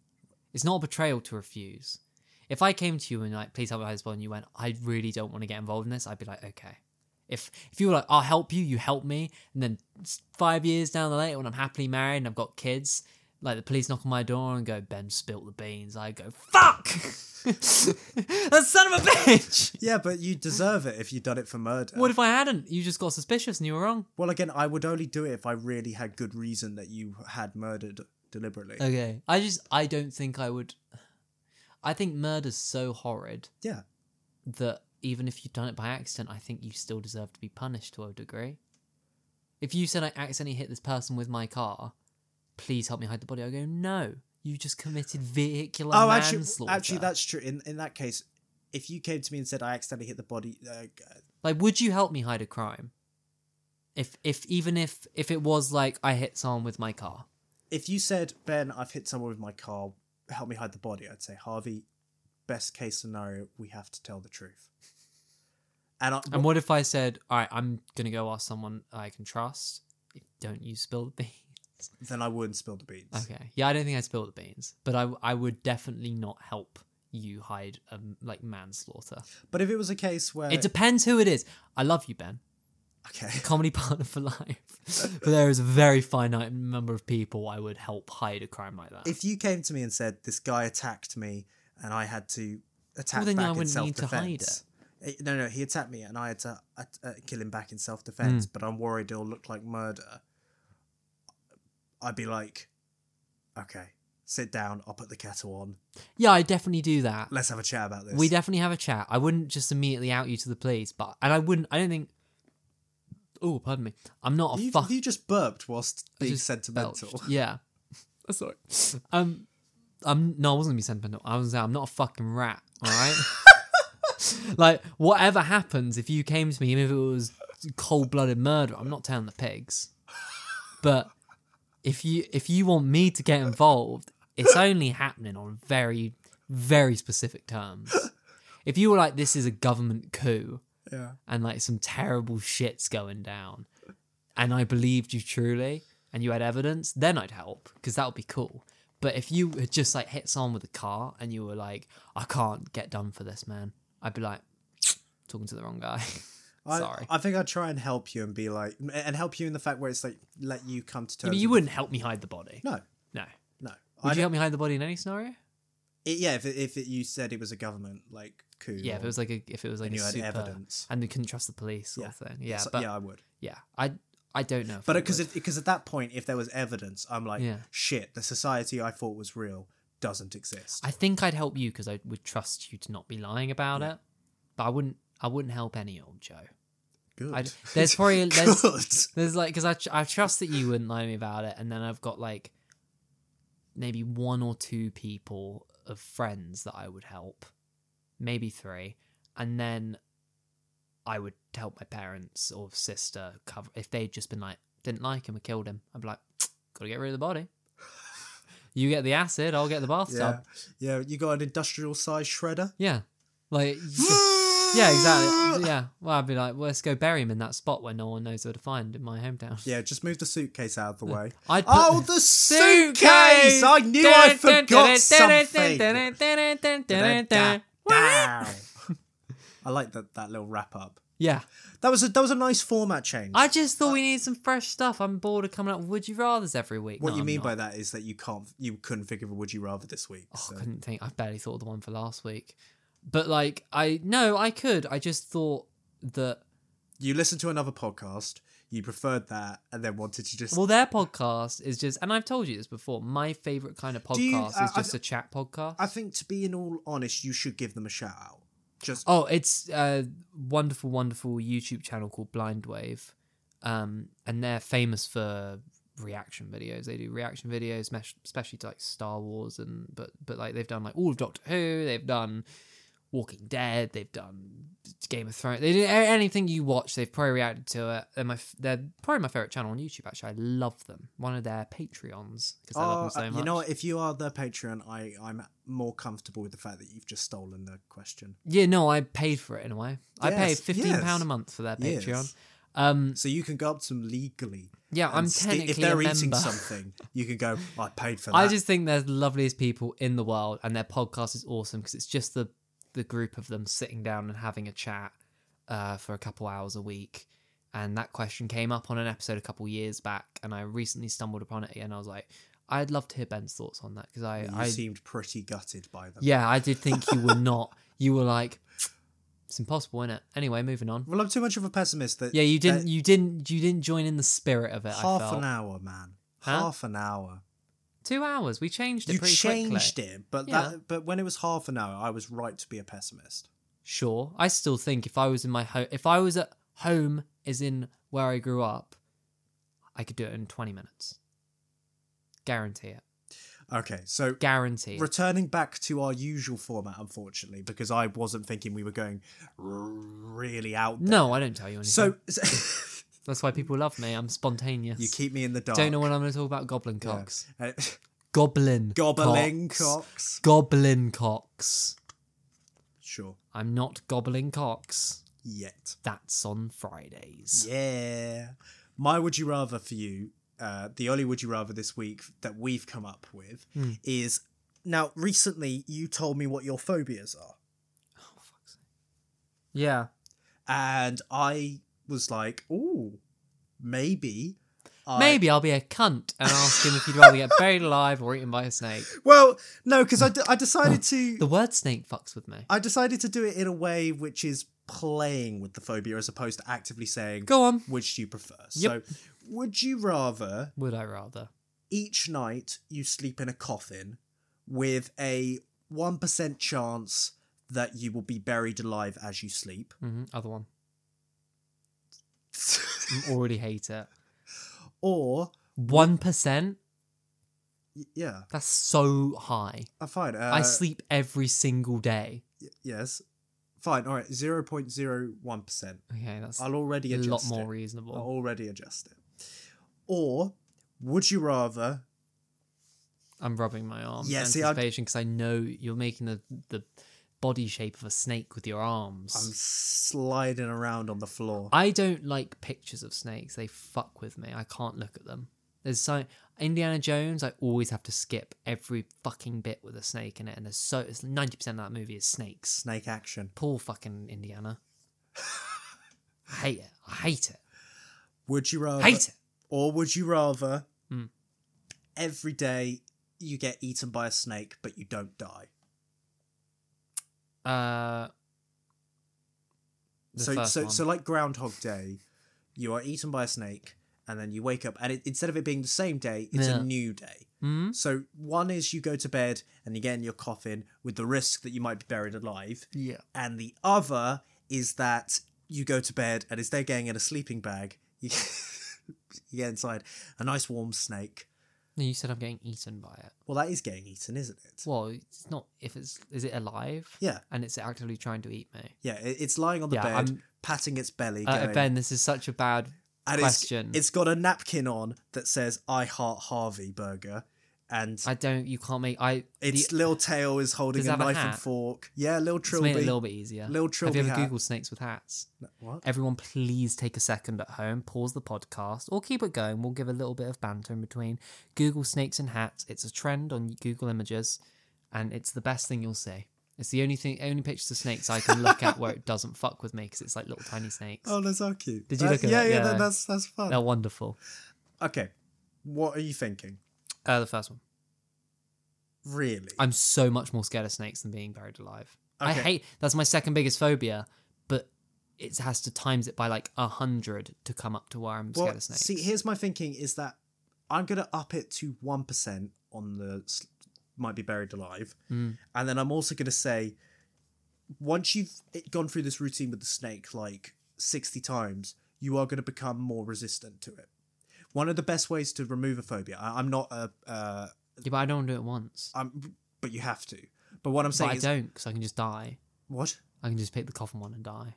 [SPEAKER 3] It's not a betrayal to refuse. If I came to you and like, please help me hide this body, and you went, I really don't want to get involved in this, I'd be like, okay. If if you were like, I'll help you, you help me, and then s- five years down the lane when I'm happily married and I've got kids, like the police knock on my door and go, Ben spilt the beans, I go, fuck, that son of a bitch.
[SPEAKER 4] Yeah, but you deserve it if you done it for murder.
[SPEAKER 3] What if I hadn't? You just got suspicious and you were wrong.
[SPEAKER 4] well, again, I would only do it if I really had good reason that you had murdered deliberately.
[SPEAKER 3] Okay, I just I don't think I would. I think murder's so horrid.
[SPEAKER 4] yeah.
[SPEAKER 3] that even if you've done it by accident, I think you still deserve to be punished to a degree. If you said I accidentally hit this person with my car, please help me hide the body. I go, no, you just committed vehicular
[SPEAKER 4] oh, actually,
[SPEAKER 3] manslaughter.
[SPEAKER 4] actually, that's true. In in that case, if you came to me and said I accidentally hit the body, uh, g-
[SPEAKER 3] like, would you help me hide a crime? If if even if if it was like I hit someone with my car,
[SPEAKER 4] if you said Ben, I've hit someone with my car, help me hide the body, I'd say Harvey. Best case scenario, we have to tell the truth. And I,
[SPEAKER 3] and what if I said, all right, I'm gonna go ask someone I can trust. Don't you spill the beans?
[SPEAKER 4] then I wouldn't spill the beans.
[SPEAKER 3] Okay. Yeah, I don't think I spilled the beans, but I I would definitely not help you hide um, like manslaughter.
[SPEAKER 4] But if it was a case where
[SPEAKER 3] It depends who it is. I love you, Ben.
[SPEAKER 4] okay,
[SPEAKER 3] Comedy partner for life. but there is a very finite number of people I would help hide a crime like that.
[SPEAKER 4] if you came to me and said this guy attacked me and I had to attack
[SPEAKER 3] then I
[SPEAKER 4] back in
[SPEAKER 3] wouldn't
[SPEAKER 4] self
[SPEAKER 3] need to hide
[SPEAKER 4] defense. No, no, he attacked me and I had to uh, uh, kill him back in self defense, but I'm worried it'll look like murder. I'd be like, okay, sit down. I'll put the kettle on.
[SPEAKER 3] yeah, I definitely do that.
[SPEAKER 4] Let's have a chat about this.
[SPEAKER 3] We definitely have a chat. I wouldn't just immediately out you to the police, but and I wouldn't. I don't think. Oh, pardon me. I'm not a
[SPEAKER 4] you,
[SPEAKER 3] fuck.
[SPEAKER 4] you just burped whilst
[SPEAKER 3] I
[SPEAKER 4] being
[SPEAKER 3] just
[SPEAKER 4] sentimental.
[SPEAKER 3] belched. Yeah. Sorry. Um, I'm no, I wasn't gonna be sentimental. I was. I'm not a fucking rat. All right. like whatever happens, if you came to me, even if it was cold blooded murder, I'm not telling the pigs. But if you if you want me to get involved, it's only happening on very very specific terms. If you were like, this is a government coup,
[SPEAKER 4] Yeah.
[SPEAKER 3] and like some terrible shit's going down and I believed you truly and you had evidence, then I'd help because that would be cool. But if you had just like hit someone with a car and you were like, I can't get done for this, man, I'd be like, talking to the wrong guy.
[SPEAKER 4] I,
[SPEAKER 3] Sorry.
[SPEAKER 4] I think I'd try and help you and be like, and help you in the fact where it's like, let you come to terms.
[SPEAKER 3] but you
[SPEAKER 4] with-
[SPEAKER 3] wouldn't help me hide the body.
[SPEAKER 4] No,
[SPEAKER 3] No.
[SPEAKER 4] no.
[SPEAKER 3] Would
[SPEAKER 4] I
[SPEAKER 3] you help me hide the body in any scenario?
[SPEAKER 4] it- yeah, if, it, if it, you said it was a government like coup.
[SPEAKER 3] Yeah, if it was like a if it was like
[SPEAKER 4] and
[SPEAKER 3] a
[SPEAKER 4] you had
[SPEAKER 3] super,
[SPEAKER 4] evidence.
[SPEAKER 3] and they couldn't trust the police sort of thing. Yeah,
[SPEAKER 4] so-
[SPEAKER 3] but
[SPEAKER 4] yeah,
[SPEAKER 3] yeah.
[SPEAKER 4] I would.
[SPEAKER 3] I I don't know. if
[SPEAKER 4] But
[SPEAKER 3] I
[SPEAKER 4] because
[SPEAKER 3] would.
[SPEAKER 4] because at that point, if there was evidence, I'm like,
[SPEAKER 3] Yeah.
[SPEAKER 4] shit, the society I thought was real doesn't exist.
[SPEAKER 3] I think I'd help you because I would trust you to not be lying about it. But I wouldn't. I wouldn't help any old Joe.
[SPEAKER 4] Good.
[SPEAKER 3] I, there's probably a- there's
[SPEAKER 4] Good.
[SPEAKER 3] there's like because I tr- I trust that you wouldn't lie to me about it, and then I've got like maybe one or two people of friends that I would help, maybe three, and then I would help my parents or sister cover if they'd just been like didn't like him, I killed him. I'd be like, gotta get rid of the body. You get the acid, I'll get the
[SPEAKER 4] Yeah,
[SPEAKER 3] bathtub.
[SPEAKER 4] yeah. You got an industrial size shredder.
[SPEAKER 3] Yeah, like. Yeah, exactly. Yeah. Well, I'd be like, well, let's go bury him in that spot where no one knows where to find in my hometown.
[SPEAKER 4] Yeah, just move the suitcase out of the way.
[SPEAKER 3] I'd put-
[SPEAKER 4] Oh, the suitcase! I knew I forgot something. Wow. I like that that little wrap up.
[SPEAKER 3] Yeah.
[SPEAKER 4] That was a that was a nice format change.
[SPEAKER 3] I just thought we needed some fresh stuff. I'm bored of coming up with Would You Rathers every week.
[SPEAKER 4] what
[SPEAKER 3] No,
[SPEAKER 4] you
[SPEAKER 3] I'm
[SPEAKER 4] mean
[SPEAKER 3] not.
[SPEAKER 4] by that is that you can't you couldn't think of a would you rather this week.
[SPEAKER 3] Oh,
[SPEAKER 4] so-
[SPEAKER 3] I couldn't think. I barely thought of the one for last week. But, like, I. No, I could. I just thought that.
[SPEAKER 4] you listened to another podcast, you preferred that, and then wanted to just
[SPEAKER 3] Well, their podcast is just. And I've told you this before. My favorite kind of podcast
[SPEAKER 4] Do you- uh,
[SPEAKER 3] is
[SPEAKER 4] I- I-
[SPEAKER 3] just a chat podcast.
[SPEAKER 4] I think to be in all honest, you should give them a shout out. Just
[SPEAKER 3] Oh, it's a wonderful, wonderful YouTube channel called Blind Wave, um, and they're famous for reaction videos. They do reaction videos, mesh- especially to like Star Wars, and but but like they've done like all of Doctor Who, they've done Walking Dead, they've done Game of Thrones. They do a- anything you watch, they've pro-reacted to it. They're my f- they're probably my favorite channel on YouTube. Actually, I love them. One of their Patreons because I love
[SPEAKER 4] oh,
[SPEAKER 3] them so
[SPEAKER 4] uh,
[SPEAKER 3] much.
[SPEAKER 4] you know what? If you are their Patreon, I I'm more comfortable with the fact that you've just stolen the question.
[SPEAKER 3] Yeah, no, I paid for it in a way. I
[SPEAKER 4] Yes,
[SPEAKER 3] paid fifteen pound
[SPEAKER 4] yes.
[SPEAKER 3] a month for their
[SPEAKER 4] Yes.
[SPEAKER 3] Patreon. Um,
[SPEAKER 4] So you can go up to them legally.
[SPEAKER 3] Yeah,
[SPEAKER 4] and
[SPEAKER 3] I'm
[SPEAKER 4] sti-
[SPEAKER 3] technically
[SPEAKER 4] if they're
[SPEAKER 3] a
[SPEAKER 4] eating
[SPEAKER 3] member.
[SPEAKER 4] something, you can go. I paid for that.
[SPEAKER 3] I just think they're the loveliest people in the world, and their podcast is awesome because it's just the the group of them sitting down and having a chat uh, for a couple hours a week. And that question came up on an episode a couple years back, and I recently stumbled upon it again. I was like, I'd love to hear Ben's thoughts on that because I,
[SPEAKER 4] you
[SPEAKER 3] I
[SPEAKER 4] seemed pretty gutted by them.
[SPEAKER 3] yeah, I did think you were not. You were like, it's impossible, is it? Anyway, moving on.
[SPEAKER 4] Well, I'm too much of a pessimist. That
[SPEAKER 3] Yeah, you
[SPEAKER 4] that
[SPEAKER 3] didn't, you didn't, you didn't join in the spirit of it. I
[SPEAKER 4] half
[SPEAKER 3] felt.
[SPEAKER 4] an hour, man.
[SPEAKER 3] Huh?
[SPEAKER 4] Half an hour.
[SPEAKER 3] Two hours. We changed it.
[SPEAKER 4] You
[SPEAKER 3] pretty quickly.
[SPEAKER 4] changed it, but
[SPEAKER 3] Yeah.
[SPEAKER 4] that but when it was half an hour, I was right to be a pessimist.
[SPEAKER 3] Sure, I still think if I was in my home, if I was at home, as in where I grew up, I could do it in 20 minutes. Guarantee it.
[SPEAKER 4] Okay, so
[SPEAKER 3] Guarantee. it.
[SPEAKER 4] returning back to our usual format, unfortunately, because I wasn't thinking we were going r- really out. There.
[SPEAKER 3] No, I don't tell you anything.
[SPEAKER 4] So,
[SPEAKER 3] So that's why people love me. I'm spontaneous.
[SPEAKER 4] you keep me in the dark.
[SPEAKER 3] Don't know when I'm going to talk about goblin cocks.
[SPEAKER 4] Uh,
[SPEAKER 3] Goblin.
[SPEAKER 4] gobbling
[SPEAKER 3] cocks.
[SPEAKER 4] cocks.
[SPEAKER 3] Goblin cocks.
[SPEAKER 4] Sure.
[SPEAKER 3] I'm not gobbling cocks.
[SPEAKER 4] Yet.
[SPEAKER 3] That's on Fridays.
[SPEAKER 4] Yeah. My would you rather for you, uh, the only would you rather this week that we've come up with
[SPEAKER 3] Hmm.
[SPEAKER 4] is now recently you told me what your phobias are.
[SPEAKER 3] Yeah.
[SPEAKER 4] And I was like, oh, maybe. I-
[SPEAKER 3] Maybe I'll be a cunt and ask him if he'd rather get buried alive or eaten by a snake.
[SPEAKER 4] Well, no, because I, d- I decided to.
[SPEAKER 3] The word snake fucks with me.
[SPEAKER 4] I decided to do it in a way which is playing with the phobia as opposed to actively saying,
[SPEAKER 3] Go on.
[SPEAKER 4] which do you prefer?
[SPEAKER 3] Yep.
[SPEAKER 4] So, would you rather
[SPEAKER 3] Would I rather?
[SPEAKER 4] each night you sleep in a coffin with a 1% chance that you will be buried alive as you sleep.
[SPEAKER 3] hmm Other one. I already hate it.
[SPEAKER 4] or,
[SPEAKER 3] One percent.
[SPEAKER 4] y- yeah,
[SPEAKER 3] That's so high.
[SPEAKER 4] uh, fine. Uh,
[SPEAKER 3] I sleep every single day.
[SPEAKER 4] Yes. Fine. All right. 0.01%.
[SPEAKER 3] Okay, that's
[SPEAKER 4] I'll already
[SPEAKER 3] a
[SPEAKER 4] adjust
[SPEAKER 3] lot more
[SPEAKER 4] it. I'll
[SPEAKER 3] reasonable.
[SPEAKER 4] already adjust it. Or, would you rather.
[SPEAKER 3] I'm rubbing my arm.
[SPEAKER 4] Yeah,
[SPEAKER 3] Yeah,
[SPEAKER 4] see, I'm-
[SPEAKER 3] anticipation because I know you're making the the body shape of a snake with your
[SPEAKER 4] I'm
[SPEAKER 3] arms.
[SPEAKER 4] sliding around on the floor.
[SPEAKER 3] I don't like pictures of snakes. They fuck with me. I can't look at them. There's so Indiana Jones. I always have to skip every fucking bit with a snake in it, and there's so it's ninety percent of that movie is snakes.
[SPEAKER 4] Snake action.
[SPEAKER 3] Poor fucking Indiana. I hate it. I hate it.
[SPEAKER 4] Would you rather?
[SPEAKER 3] Hate it.
[SPEAKER 4] Or would you rather
[SPEAKER 3] Mm.
[SPEAKER 4] every day you get eaten by a snake but you don't die?
[SPEAKER 3] Uh, the
[SPEAKER 4] so
[SPEAKER 3] first
[SPEAKER 4] so
[SPEAKER 3] one.
[SPEAKER 4] so like Groundhog Day, you are eaten by a snake and then you wake up and it, instead of it being the same day, it's
[SPEAKER 3] Yeah.
[SPEAKER 4] a new day.
[SPEAKER 3] Hmm?
[SPEAKER 4] So one is you go to bed and you get in your coffin with the risk that you might be buried alive,
[SPEAKER 3] Yeah.
[SPEAKER 4] and the other is that you go to bed and instead of getting in a sleeping bag, you, you get inside a nice warm snake.
[SPEAKER 3] No, you said I'm getting eaten by it.
[SPEAKER 4] Well, that is getting eaten, isn't it?
[SPEAKER 3] Well, it's not. If it's is it alive?
[SPEAKER 4] Yeah.
[SPEAKER 3] And it's actively trying to eat me.
[SPEAKER 4] Yeah, it- it's lying on the
[SPEAKER 3] Yeah,
[SPEAKER 4] bed,
[SPEAKER 3] I'm-
[SPEAKER 4] patting its belly.
[SPEAKER 3] Uh,
[SPEAKER 4] going,
[SPEAKER 3] ben, this is such a bad
[SPEAKER 4] and it's-
[SPEAKER 3] question.
[SPEAKER 4] it's got a napkin on that says "I Heart Harvey Burger," and
[SPEAKER 3] I don't. You can't make. I.
[SPEAKER 4] its
[SPEAKER 3] the,
[SPEAKER 4] little tail is holding
[SPEAKER 3] Does it
[SPEAKER 4] a
[SPEAKER 3] have a
[SPEAKER 4] knife and
[SPEAKER 3] hat?
[SPEAKER 4] fork. Yeah, little
[SPEAKER 3] it's made it a
[SPEAKER 4] Trilby.
[SPEAKER 3] little bit easier. Have
[SPEAKER 4] Lil
[SPEAKER 3] you
[SPEAKER 4] Trilby
[SPEAKER 3] ever
[SPEAKER 4] hat.
[SPEAKER 3] googled snakes with hats?
[SPEAKER 4] What?
[SPEAKER 3] Everyone, please take a second at home, pause the podcast, or keep it going. We'll give a little bit of banter in between. Google snakes and hats. It's a trend on Google Images, and it's the best thing you'll see. It's the only thing, only pictures of snakes I can look at where it doesn't fuck with me because it's like little tiny snakes.
[SPEAKER 4] Oh, that's so cute.
[SPEAKER 3] Did you
[SPEAKER 4] That-
[SPEAKER 3] look at
[SPEAKER 4] yeah,
[SPEAKER 3] it?
[SPEAKER 4] Yeah,
[SPEAKER 3] Yeah.
[SPEAKER 4] that- that's that's fun.
[SPEAKER 3] They're wonderful.
[SPEAKER 4] Okay, what are you thinking?
[SPEAKER 3] Uh, the first one.
[SPEAKER 4] Really?
[SPEAKER 3] I'm so much more scared of snakes than being buried alive. I
[SPEAKER 4] Okay.
[SPEAKER 3] hate that's my second biggest phobia, but it has to times it by like a hundred to come up to where I'm scared
[SPEAKER 4] well,
[SPEAKER 3] of snakes.
[SPEAKER 4] see, here's my thinking: is that I'm gonna up it to one percent on the s- might be buried alive,
[SPEAKER 3] Mm.
[SPEAKER 4] and then I'm also gonna say, once you've it- gone through this routine with the snake like sixty times, you are gonna become more resistant to it. One of the best ways to remove a phobia. I, I'm not a, uh,
[SPEAKER 3] yeah, but I don't want to do it once.
[SPEAKER 4] I'm, but you have to. But what I'm
[SPEAKER 3] But
[SPEAKER 4] saying
[SPEAKER 3] I
[SPEAKER 4] is,
[SPEAKER 3] don't because I can just die.
[SPEAKER 4] what?
[SPEAKER 3] I can just pick the coffin one and die.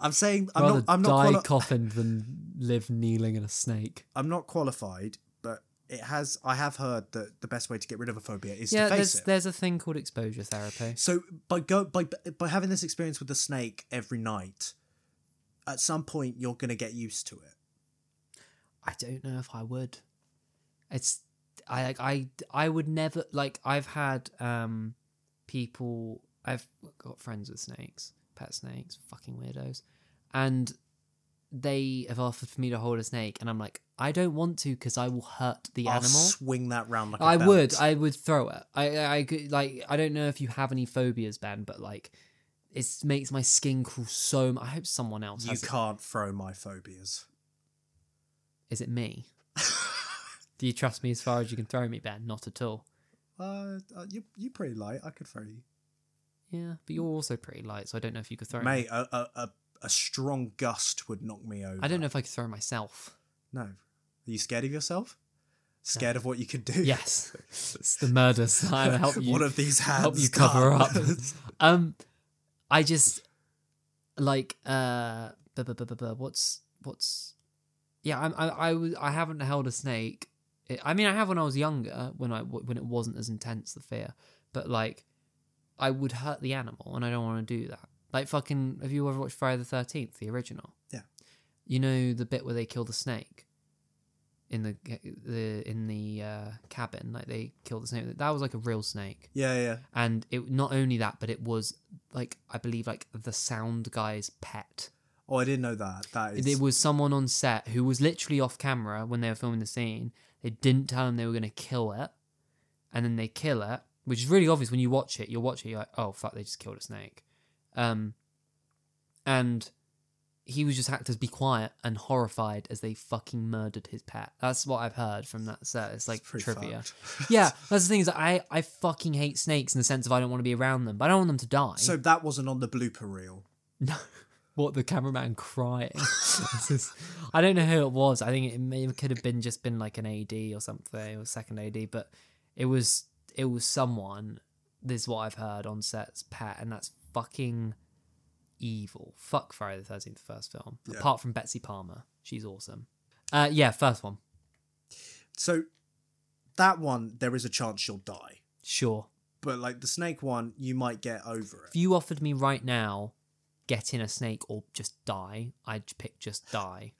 [SPEAKER 4] I'm saying I'm
[SPEAKER 3] Rather
[SPEAKER 4] not. I'm not.
[SPEAKER 3] die
[SPEAKER 4] quali-
[SPEAKER 3] coffined than live kneeling in a snake.
[SPEAKER 4] I'm not qualified, but it has. I have heard that the best way to get rid of a phobia is
[SPEAKER 3] Yeah,
[SPEAKER 4] to face
[SPEAKER 3] there's
[SPEAKER 4] it.
[SPEAKER 3] there's a thing called exposure therapy.
[SPEAKER 4] So by go by by having this experience with the snake every night, at some point you're gonna get used to it.
[SPEAKER 3] I don't know if I would. It's I like I I would never like I've had um people I've got friends with snakes, pet snakes, fucking weirdos, and they have offered for me to hold a snake, and I'm like, I don't want to because I will hurt the
[SPEAKER 4] I'll
[SPEAKER 3] animal.
[SPEAKER 4] swing that round like a
[SPEAKER 3] I would,
[SPEAKER 4] belt.
[SPEAKER 3] I would throw it. I I could like I don't know if you have any phobias, Ben, but like it makes my skin crawl so. Much. I hope someone else.
[SPEAKER 4] you
[SPEAKER 3] has it.
[SPEAKER 4] can't throw my phobias.
[SPEAKER 3] Is it me? Do you trust me as far as you can throw me, Ben? Not at all.
[SPEAKER 4] Uh, uh, you you pretty light. I could throw you,
[SPEAKER 3] Yeah, but you're also pretty light, so I don't know if you could throw me.
[SPEAKER 4] mate. A, a a a strong gust would knock me over.
[SPEAKER 3] I don't know if I could throw myself.
[SPEAKER 4] No, are you scared of yourself? Scared of what you could do?
[SPEAKER 3] Yes, it's the murder sign. I help you.
[SPEAKER 4] One of these hands.
[SPEAKER 3] help you cover
[SPEAKER 4] done.
[SPEAKER 3] up. um, I just like uh, bu- bu- bu- bu- bu- what's what's yeah. I'm, I I was I haven't held a snake. It- I mean, I have when I was younger, when I when it wasn't as intense the fear, but like I would hurt the animal, and I don't want to do that. Like fucking, have you ever watched Friday the Thirteenth, the original?
[SPEAKER 4] Yeah.
[SPEAKER 3] You know the bit where they kill the snake in the the in the uh, cabin, like they kill the snake. That was like a real snake
[SPEAKER 4] yeah, yeah.
[SPEAKER 3] and it not only that but it was like i believe like the sound guy's pet
[SPEAKER 4] Oh, I didn't know that. That is.
[SPEAKER 3] it was someone on set who was literally off camera when they were filming the scene they didn't tell him they were going to kill it and then they kill it which is really obvious when you watch it you'll watch it you're like oh fuck they just killed a snake um and he was just hacked as be quiet and horrified as they fucking murdered his pet that's what i've heard from that set it's like
[SPEAKER 4] pretty
[SPEAKER 3] trivia
[SPEAKER 4] fucked.
[SPEAKER 3] yeah, that's the thing is that I I fucking hate snakes in the sense of I don't want to be around them, but I don't want them to die.
[SPEAKER 4] So that wasn't on the blooper reel.
[SPEAKER 3] no, what the cameraman crying? This is- I don't know who it was. I think it, may, it could have been just been like an AD or something or second AD, but it was it was someone. This is what I've heard on sets, Pat, and that's fucking evil. Fuck Friday the Thirteenth, the first film.
[SPEAKER 4] Yeah.
[SPEAKER 3] Apart from Betsy Palmer, she's awesome. Uh, yeah, first one,
[SPEAKER 4] So that one, there is a chance you'll die.
[SPEAKER 3] sure.
[SPEAKER 4] But like the snake one, you might get over
[SPEAKER 3] if
[SPEAKER 4] it.
[SPEAKER 3] you offered me right now get in a snake or just die i'd pick just die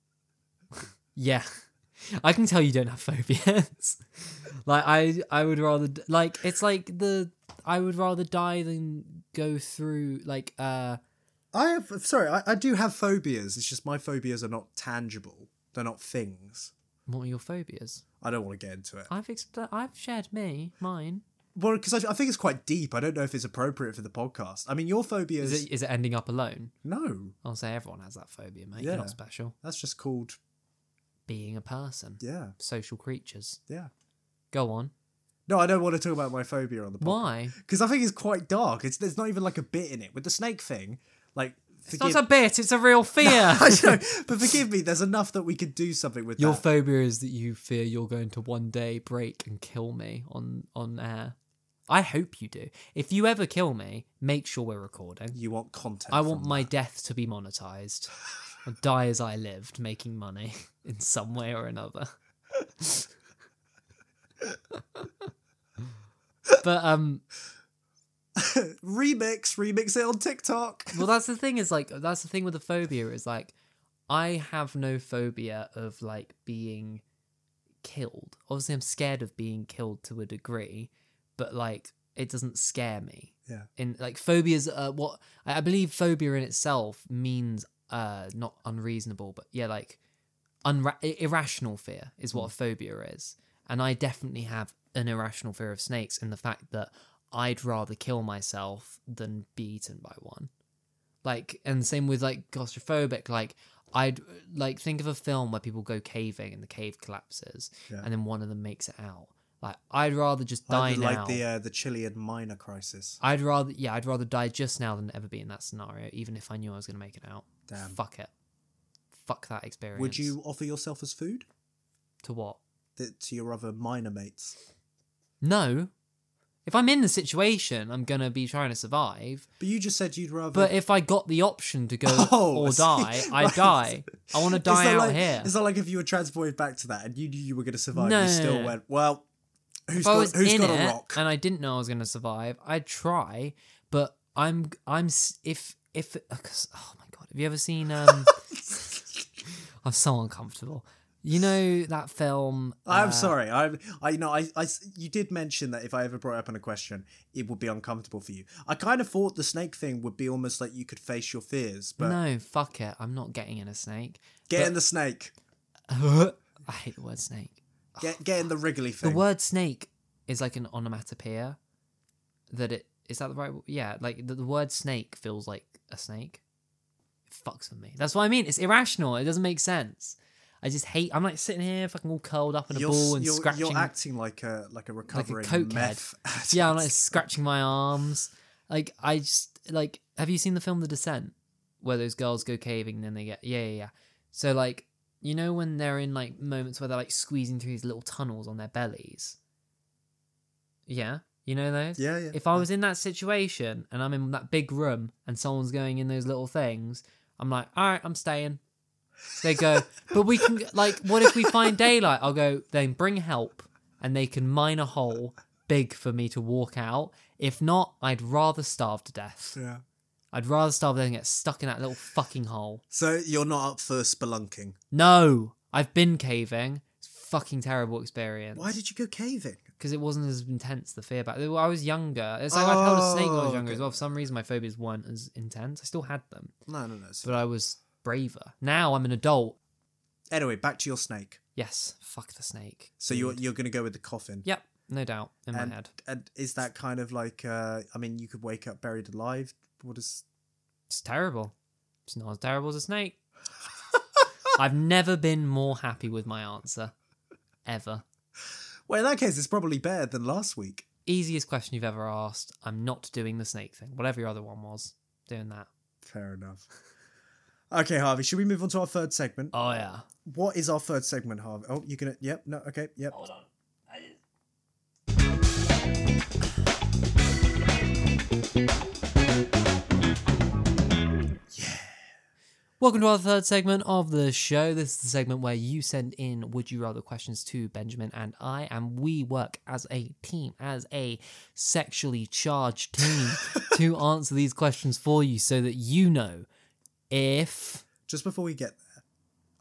[SPEAKER 3] yeah i can tell you don't have phobias like i i would rather d- like it's like the i would rather die than go through like uh
[SPEAKER 4] I have sorry, I, I do have phobias. It's just my phobias are not tangible. They're not things.
[SPEAKER 3] what are your phobias?
[SPEAKER 4] I don't want to get into it.
[SPEAKER 3] I've expl- I've shared me mine.
[SPEAKER 4] Well, because I, I think it's quite deep. I don't know if it's appropriate for the podcast. I mean, your phobia
[SPEAKER 3] Is
[SPEAKER 4] is
[SPEAKER 3] it is it ending up alone?
[SPEAKER 4] no.
[SPEAKER 3] I'll say everyone has that phobia, mate. You're
[SPEAKER 4] Yeah.
[SPEAKER 3] not special.
[SPEAKER 4] That's just called
[SPEAKER 3] Being a person,
[SPEAKER 4] yeah,
[SPEAKER 3] social creatures.
[SPEAKER 4] yeah.
[SPEAKER 3] Go on.
[SPEAKER 4] No, I don't want to talk about my phobia on the podcast.
[SPEAKER 3] Why?
[SPEAKER 4] Because I think it's quite dark. It's there's not even like a bit in it with the snake thing. Like,
[SPEAKER 3] It's
[SPEAKER 4] forgive,
[SPEAKER 3] not a bit. It's a real fear.
[SPEAKER 4] I know, but forgive me. There's enough that we could do something with
[SPEAKER 3] Your
[SPEAKER 4] that.
[SPEAKER 3] phobia is that you fear you're going to one day break and kill me on on air. I hope you do. If you ever kill me, make sure we're recording.
[SPEAKER 4] you want content.
[SPEAKER 3] I want
[SPEAKER 4] from
[SPEAKER 3] my
[SPEAKER 4] that.
[SPEAKER 3] death to be monetized. I'll die as I lived, making money in some way or another. but um
[SPEAKER 4] remix, remix it on TikTok.
[SPEAKER 3] well that's the thing is like that's the thing with the phobia is like i have no phobia of like being killed obviously i'm scared of being killed to a degree but like it doesn't scare me
[SPEAKER 4] Yeah.
[SPEAKER 3] in like phobias uh what i I believe phobia in itself means uh not unreasonable but yeah like unra- i- irrational fear is
[SPEAKER 4] Hmm.
[SPEAKER 3] what a phobia is and i definitely have an irrational fear of snakes in the fact that i'd rather kill myself than be eaten by one like and same with like claustrophobic like i'd like think of a film where people go caving and the cave collapses
[SPEAKER 4] Yeah.
[SPEAKER 3] and then one of them makes it out like i'd rather just die
[SPEAKER 4] Like, the-
[SPEAKER 3] now
[SPEAKER 4] like the uh, the Chilean minor crisis.
[SPEAKER 3] i'd rather yeah i'd rather die just now than ever be in that scenario even if i knew i was going to make it out
[SPEAKER 4] Damn.
[SPEAKER 3] fuck it fuck that experience
[SPEAKER 4] Would you offer yourself as food
[SPEAKER 3] to what
[SPEAKER 4] Th- to your other minor mates?
[SPEAKER 3] no if i'm in the situation i'm going to be trying to survive
[SPEAKER 4] But you just said you'd rather.
[SPEAKER 3] but if i got the option to go
[SPEAKER 4] Oh, I
[SPEAKER 3] or
[SPEAKER 4] see.
[SPEAKER 3] die i
[SPEAKER 4] Right.
[SPEAKER 3] die i want to
[SPEAKER 4] It's not
[SPEAKER 3] die out
[SPEAKER 4] like,
[SPEAKER 3] here
[SPEAKER 4] It's not like if you were transported back to that and you knew you were going to survive,
[SPEAKER 3] No,
[SPEAKER 4] you
[SPEAKER 3] no,
[SPEAKER 4] still
[SPEAKER 3] no.
[SPEAKER 4] went, well, who's
[SPEAKER 3] if I
[SPEAKER 4] got,
[SPEAKER 3] was
[SPEAKER 4] who's
[SPEAKER 3] in
[SPEAKER 4] got
[SPEAKER 3] it
[SPEAKER 4] a rock?
[SPEAKER 3] and I didn't know I was going to survive, I'd try. But I'm I'm s- if if uh, 'cause- oh my god, have you ever seen? um I'm so uncomfortable. You know that film?
[SPEAKER 4] I'm
[SPEAKER 3] uh,
[SPEAKER 4] sorry. I'm, I you know I, I s- you did mention that if I ever brought it up in a question, it would be uncomfortable for you. I kind of thought the snake thing would be almost like you could face your fears, but
[SPEAKER 3] No, fuck it. I'm not getting in a snake.
[SPEAKER 4] get in
[SPEAKER 3] but-
[SPEAKER 4] the snake,
[SPEAKER 3] I hate the word snake.
[SPEAKER 4] get get in the wriggly
[SPEAKER 3] The
[SPEAKER 4] thing.
[SPEAKER 3] word snake is like an onomatopoeia. That it is that the right? w- Yeah, like the, the word snake feels like a snake. It fucks with me. That's what I mean. It's irrational. It doesn't make sense. I just hate. I'm like sitting here, fucking all curled up in a
[SPEAKER 4] you're,
[SPEAKER 3] ball
[SPEAKER 4] s-
[SPEAKER 3] and
[SPEAKER 4] you're,
[SPEAKER 3] scratching.
[SPEAKER 4] you're acting like a like a recovering
[SPEAKER 3] cokehead.
[SPEAKER 4] meth. addict.
[SPEAKER 3] yeah, I'm like scratching my arms. Like I just like. Have you seen the film The Descent, where those girls go caving and then they get yeah yeah yeah. So like you know when they're in like moments where they're like squeezing through these little tunnels on their bellies. Yeah, you know those.
[SPEAKER 4] yeah, yeah.
[SPEAKER 3] If I was in that situation and I'm in that big room and someone's going in those little things, I'm like, all right, I'm staying. They go, but we can like, what if we find daylight? I'll go. Then bring help, and they can mine a hole big for me to walk out. If not, I'd rather starve to death.
[SPEAKER 4] yeah.
[SPEAKER 3] I'd rather starve than get stuck in that little fucking hole.
[SPEAKER 4] So you're not up for spelunking.
[SPEAKER 3] No, I've been caving. It's a fucking terrible experience.
[SPEAKER 4] Why did you go caving?
[SPEAKER 3] because it wasn't as intense the fear back then. I was younger. It's like I've held a snake when I
[SPEAKER 4] Oh,
[SPEAKER 3] was younger
[SPEAKER 4] okay.
[SPEAKER 3] as well. For some reason, my phobias weren't as intense. I still had them,
[SPEAKER 4] No, no, no. it's-
[SPEAKER 3] but I was braver. Now I'm an adult.
[SPEAKER 4] Anyway, back to your snake.
[SPEAKER 3] Yes, fuck the snake.
[SPEAKER 4] So you're
[SPEAKER 3] dude.
[SPEAKER 4] you're gonna go with the coffin.
[SPEAKER 3] Yep, no doubt in
[SPEAKER 4] and,
[SPEAKER 3] my head.
[SPEAKER 4] and is that kind of like uh I mean you could wake up buried alive? What is
[SPEAKER 3] It's terrible. It's not as terrible as a snake. I've never been more happy with my answer, ever.
[SPEAKER 4] Well in that case it's probably better than last week.
[SPEAKER 3] Easiest question you've ever asked. I'm not doing the snake thing. Whatever your other one was, doing that.
[SPEAKER 4] Fair enough. Okay, Harvey, should we move on to our third segment?
[SPEAKER 3] Oh yeah.
[SPEAKER 4] What is our third segment, Harvey? Oh, you're gonna yep, no, okay, yep.
[SPEAKER 3] Welcome to our third segment of the show. This is the segment where you send in would you rather questions to Benjamin and I, and we work as a team, as a sexually charged team, to answer these questions for you so that you know if.
[SPEAKER 4] Just before we get there,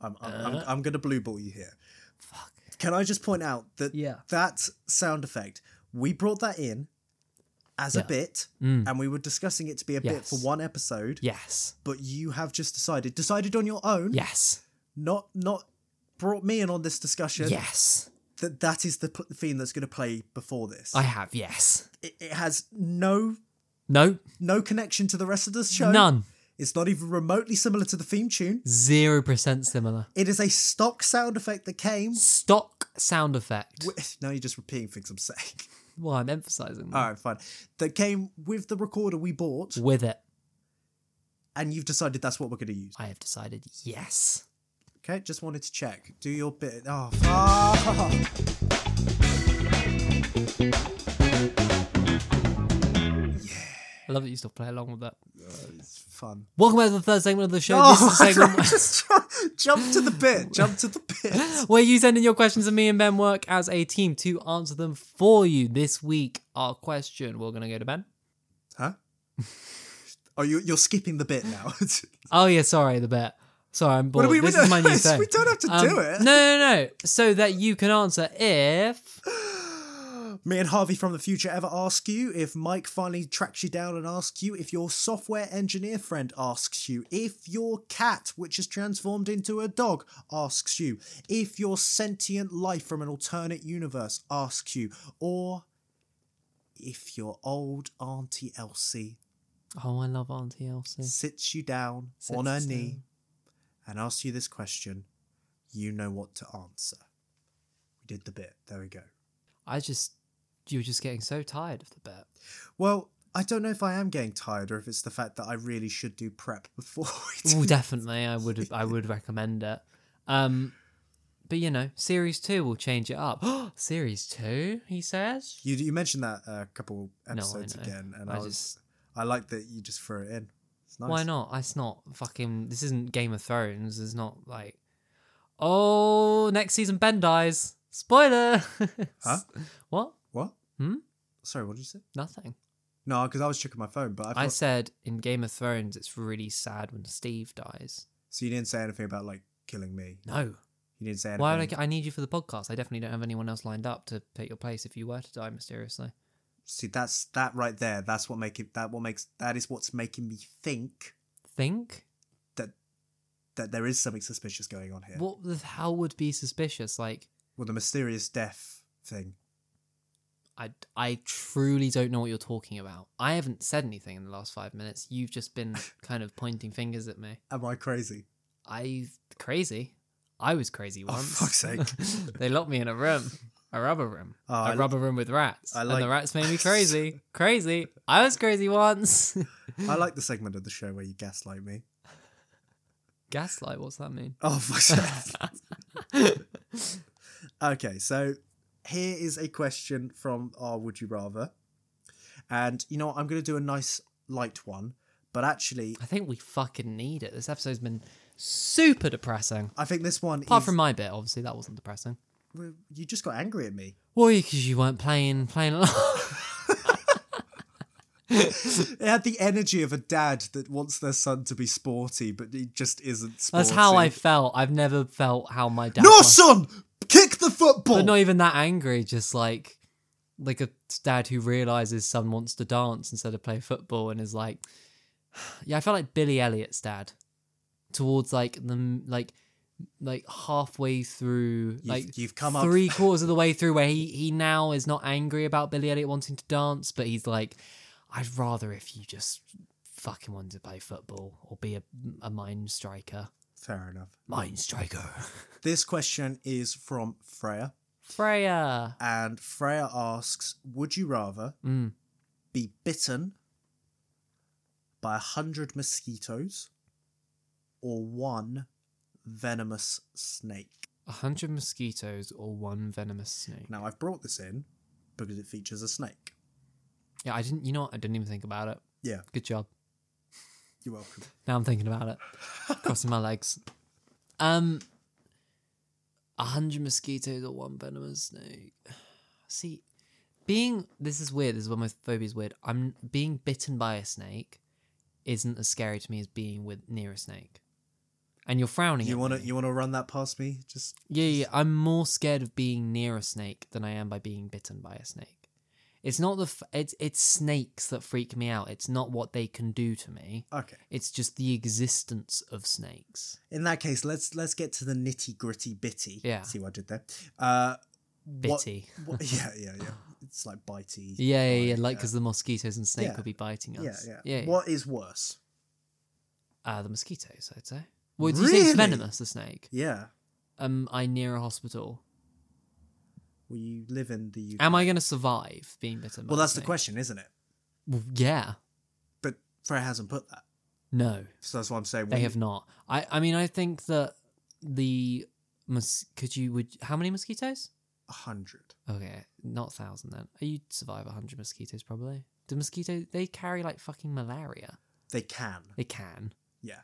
[SPEAKER 4] I'm I'm, I'm,
[SPEAKER 3] Uh.
[SPEAKER 4] I'm gonna blue ball you here.
[SPEAKER 3] Fuck.
[SPEAKER 4] Can I just point out that
[SPEAKER 3] Yeah.
[SPEAKER 4] that sound effect, we brought that in as a bit, and we were discussing it to be a bit
[SPEAKER 3] Mm. Yes.
[SPEAKER 4] for one episode.
[SPEAKER 3] Yes.
[SPEAKER 4] But you have just decided, decided on your own,
[SPEAKER 3] Yes.
[SPEAKER 4] not not brought me in on this discussion.
[SPEAKER 3] Yes.
[SPEAKER 4] That that is the p- theme that's going to play before this.
[SPEAKER 3] I have. Yes.
[SPEAKER 4] it, it has no
[SPEAKER 3] No.
[SPEAKER 4] no connection to the rest of the show.
[SPEAKER 3] None.
[SPEAKER 4] It's not even remotely similar to the theme tune.
[SPEAKER 3] Zero percent similar.
[SPEAKER 4] It is a stock sound effect that came.
[SPEAKER 3] Stock sound effect.
[SPEAKER 4] With, now you're just repeating things I'm saying.
[SPEAKER 3] Well, I'm emphasizing that.
[SPEAKER 4] All right, fine. That came with the recorder we bought,
[SPEAKER 3] With it,
[SPEAKER 4] and you've decided that's what we're going to use.
[SPEAKER 3] I have decided yes.
[SPEAKER 4] Okay, just wanted to check. Do your bit. Oh, fuck.
[SPEAKER 3] I love that you still play along with that.
[SPEAKER 4] It's fun.
[SPEAKER 3] Welcome back to the third segment of the show. this
[SPEAKER 4] Oh,
[SPEAKER 3] is the segment
[SPEAKER 4] just ju- jump to the bit. Jump to the bit.
[SPEAKER 3] where you send in your questions and me and Ben work as a team to answer them for you. This week, our question, we're going to go to Ben.
[SPEAKER 4] Huh? Oh, you, you're skipping the bit now.
[SPEAKER 3] Oh, yeah, sorry, the bet. Sorry, I'm bored.
[SPEAKER 4] do we- we
[SPEAKER 3] this
[SPEAKER 4] don't-
[SPEAKER 3] is my new
[SPEAKER 4] we
[SPEAKER 3] thing. Um,
[SPEAKER 4] don't have to do it.
[SPEAKER 3] No, no, no. So that you can answer if...
[SPEAKER 4] Me and Harvey from the future ever ask you if Mike finally tracks you down and asks you if your software engineer friend asks you, if your cat, which is transformed into a dog, asks you, if your sentient life from an alternate universe asks you, or if your old Auntie Elsie
[SPEAKER 3] Oh, I love Auntie Elsie.
[SPEAKER 4] sits you down
[SPEAKER 3] Sits
[SPEAKER 4] on her
[SPEAKER 3] us
[SPEAKER 4] knee and asks you this question, you know what to answer. We did the bit. There we go.
[SPEAKER 3] I just... You were just getting so tired of the bet.
[SPEAKER 4] Well, I don't know if I am getting tired or if it's the fact that I really should do prep before we do.
[SPEAKER 3] Ooh, definitely. I would I would recommend it. Um, but you know, series two will change it up. series two, he says.
[SPEAKER 4] You, you mentioned that a couple
[SPEAKER 3] I
[SPEAKER 4] episodes
[SPEAKER 3] know.
[SPEAKER 4] again, and I,
[SPEAKER 3] I
[SPEAKER 4] was
[SPEAKER 3] just-
[SPEAKER 4] I like that you just threw it in. It's nice.
[SPEAKER 3] Why not? It's not fucking. This isn't Game of Thrones. It's not like, oh, next season Ben dies. Spoiler.
[SPEAKER 4] Huh?
[SPEAKER 3] What?
[SPEAKER 4] What?
[SPEAKER 3] Hmm?
[SPEAKER 4] Sorry, what did you say?
[SPEAKER 3] Nothing.
[SPEAKER 4] No, because I was checking my phone, but I,
[SPEAKER 3] I
[SPEAKER 4] thought-
[SPEAKER 3] said in Game of Thrones, it's really sad when Steve dies.
[SPEAKER 4] so you didn't say anything about like killing me.
[SPEAKER 3] No.
[SPEAKER 4] You didn't say anything.
[SPEAKER 3] Why would I? Get, I need you for the podcast. I definitely don't have anyone else lined up to take your place if you were to die mysteriously.
[SPEAKER 4] See, that's that right there. That's what make it. That what makes that is what's making me think
[SPEAKER 3] Think.
[SPEAKER 4] that there is something suspicious going on here.
[SPEAKER 3] What the hell would be suspicious? Like,
[SPEAKER 4] Well, the mysterious death thing.
[SPEAKER 3] I, I truly don't know what you're talking about. I haven't said anything in the last five minutes. You've just been kind of pointing fingers at me.
[SPEAKER 4] Am I crazy?
[SPEAKER 3] I crazy. I was crazy
[SPEAKER 4] Oh,
[SPEAKER 3] once.
[SPEAKER 4] fuck's sake.
[SPEAKER 3] they locked me in a room, a rubber room,
[SPEAKER 4] Oh,
[SPEAKER 3] a
[SPEAKER 4] I li-
[SPEAKER 3] rubber room with rats,
[SPEAKER 4] I
[SPEAKER 3] and the
[SPEAKER 4] like-
[SPEAKER 3] rats made me crazy. crazy. I was crazy once.
[SPEAKER 4] I like the segment of the show where you gaslight me.
[SPEAKER 3] Gaslight. What's that mean?
[SPEAKER 4] Oh, fuck's sake. okay, so here is a question from our Would You Rather. And you know what? I'm going to do a nice light one, but actually,
[SPEAKER 3] I think we fucking need it. This episode's been super depressing.
[SPEAKER 4] I think this one
[SPEAKER 3] Apart
[SPEAKER 4] is.
[SPEAKER 3] from my bit, obviously, that wasn't depressing.
[SPEAKER 4] Well, You just got angry at me.
[SPEAKER 3] Why? Because you weren't playing playing along.
[SPEAKER 4] It had the energy of a dad that wants their son to be sporty, but he just isn't sporty.
[SPEAKER 3] That's how I felt. I've never felt how my dad.
[SPEAKER 4] No,
[SPEAKER 3] was.
[SPEAKER 4] son! Kick the football!
[SPEAKER 3] But not even that angry. Just like like a dad who realizes son wants to dance instead of play football, and is like, yeah, I felt like Billy Elliot's dad towards like the like like halfway through like
[SPEAKER 4] you've come up-
[SPEAKER 3] three quarters of the way through where he he now is not angry about Billy Elliot wanting to dance, but he's like, I'd rather if you just fucking wanted to play football or be a a mind striker.
[SPEAKER 4] Fair enough.
[SPEAKER 3] Mind striker.
[SPEAKER 4] This question is from Freya.
[SPEAKER 3] Freya.
[SPEAKER 4] And Freya asks, Would you rather
[SPEAKER 3] Mm.
[SPEAKER 4] be bitten by a hundred mosquitoes or one venomous snake?
[SPEAKER 3] A hundred mosquitoes or one venomous snake.
[SPEAKER 4] Now I've brought this in because it features a snake.
[SPEAKER 3] Yeah, I didn't. You know, what? I didn't even think about it.
[SPEAKER 4] Yeah,
[SPEAKER 3] Good job.
[SPEAKER 4] you're welcome.
[SPEAKER 3] Now I'm thinking about it. Crossing my legs. Um, a hundred mosquitoes or one venomous snake. See, being this is weird. This is where my phobia is weird. I'm being bitten by a snake isn't as scary to me as being with near a snake. And you're frowning.
[SPEAKER 4] You
[SPEAKER 3] at
[SPEAKER 4] wanna
[SPEAKER 3] me.
[SPEAKER 4] you wanna run that past me? Just
[SPEAKER 3] Yeah, yeah. I'm more scared of being near a snake than I am by being bitten by a snake. It's not the f- it's it's snakes that freak me out. It's not what they can do to me.
[SPEAKER 4] Okay.
[SPEAKER 3] It's just the existence of snakes.
[SPEAKER 4] In that case, let's let's get to the nitty gritty bitty.
[SPEAKER 3] Yeah.
[SPEAKER 4] See what I did there. Uh, what-
[SPEAKER 3] Bitty.
[SPEAKER 4] what- yeah, yeah, yeah. It's like bitey.
[SPEAKER 3] Yeah, yeah, yeah.
[SPEAKER 4] like,
[SPEAKER 3] Like
[SPEAKER 4] uh,
[SPEAKER 3] because the mosquitoes and snake
[SPEAKER 4] yeah.
[SPEAKER 3] would be biting
[SPEAKER 4] Yeah,
[SPEAKER 3] us.
[SPEAKER 4] yeah.
[SPEAKER 3] yeah.
[SPEAKER 4] What is worse?
[SPEAKER 3] Uh, the mosquitoes, I'd say. Well, do you say
[SPEAKER 4] Really?
[SPEAKER 3] it's venomous, the snake?
[SPEAKER 4] Yeah.
[SPEAKER 3] Am I near a hospital?
[SPEAKER 4] Well, you live in the UK.
[SPEAKER 3] Am I going to survive being bitten?
[SPEAKER 4] Well,
[SPEAKER 3] by a
[SPEAKER 4] that's the
[SPEAKER 3] snake?
[SPEAKER 4] question, isn't it?
[SPEAKER 3] Well, yeah.
[SPEAKER 4] But Freya hasn't put that.
[SPEAKER 3] No,
[SPEAKER 4] So that's why I'm saying.
[SPEAKER 3] they
[SPEAKER 4] we-
[SPEAKER 3] have not. I, I mean, I think that the mos- could you would how many mosquitoes?
[SPEAKER 4] a hundred.
[SPEAKER 3] Okay, not thousand then. Oh, You'd survive hundred mosquitoes probably. Do mosquitoes they carry like fucking malaria?
[SPEAKER 4] They can.
[SPEAKER 3] They can,
[SPEAKER 4] Yeah.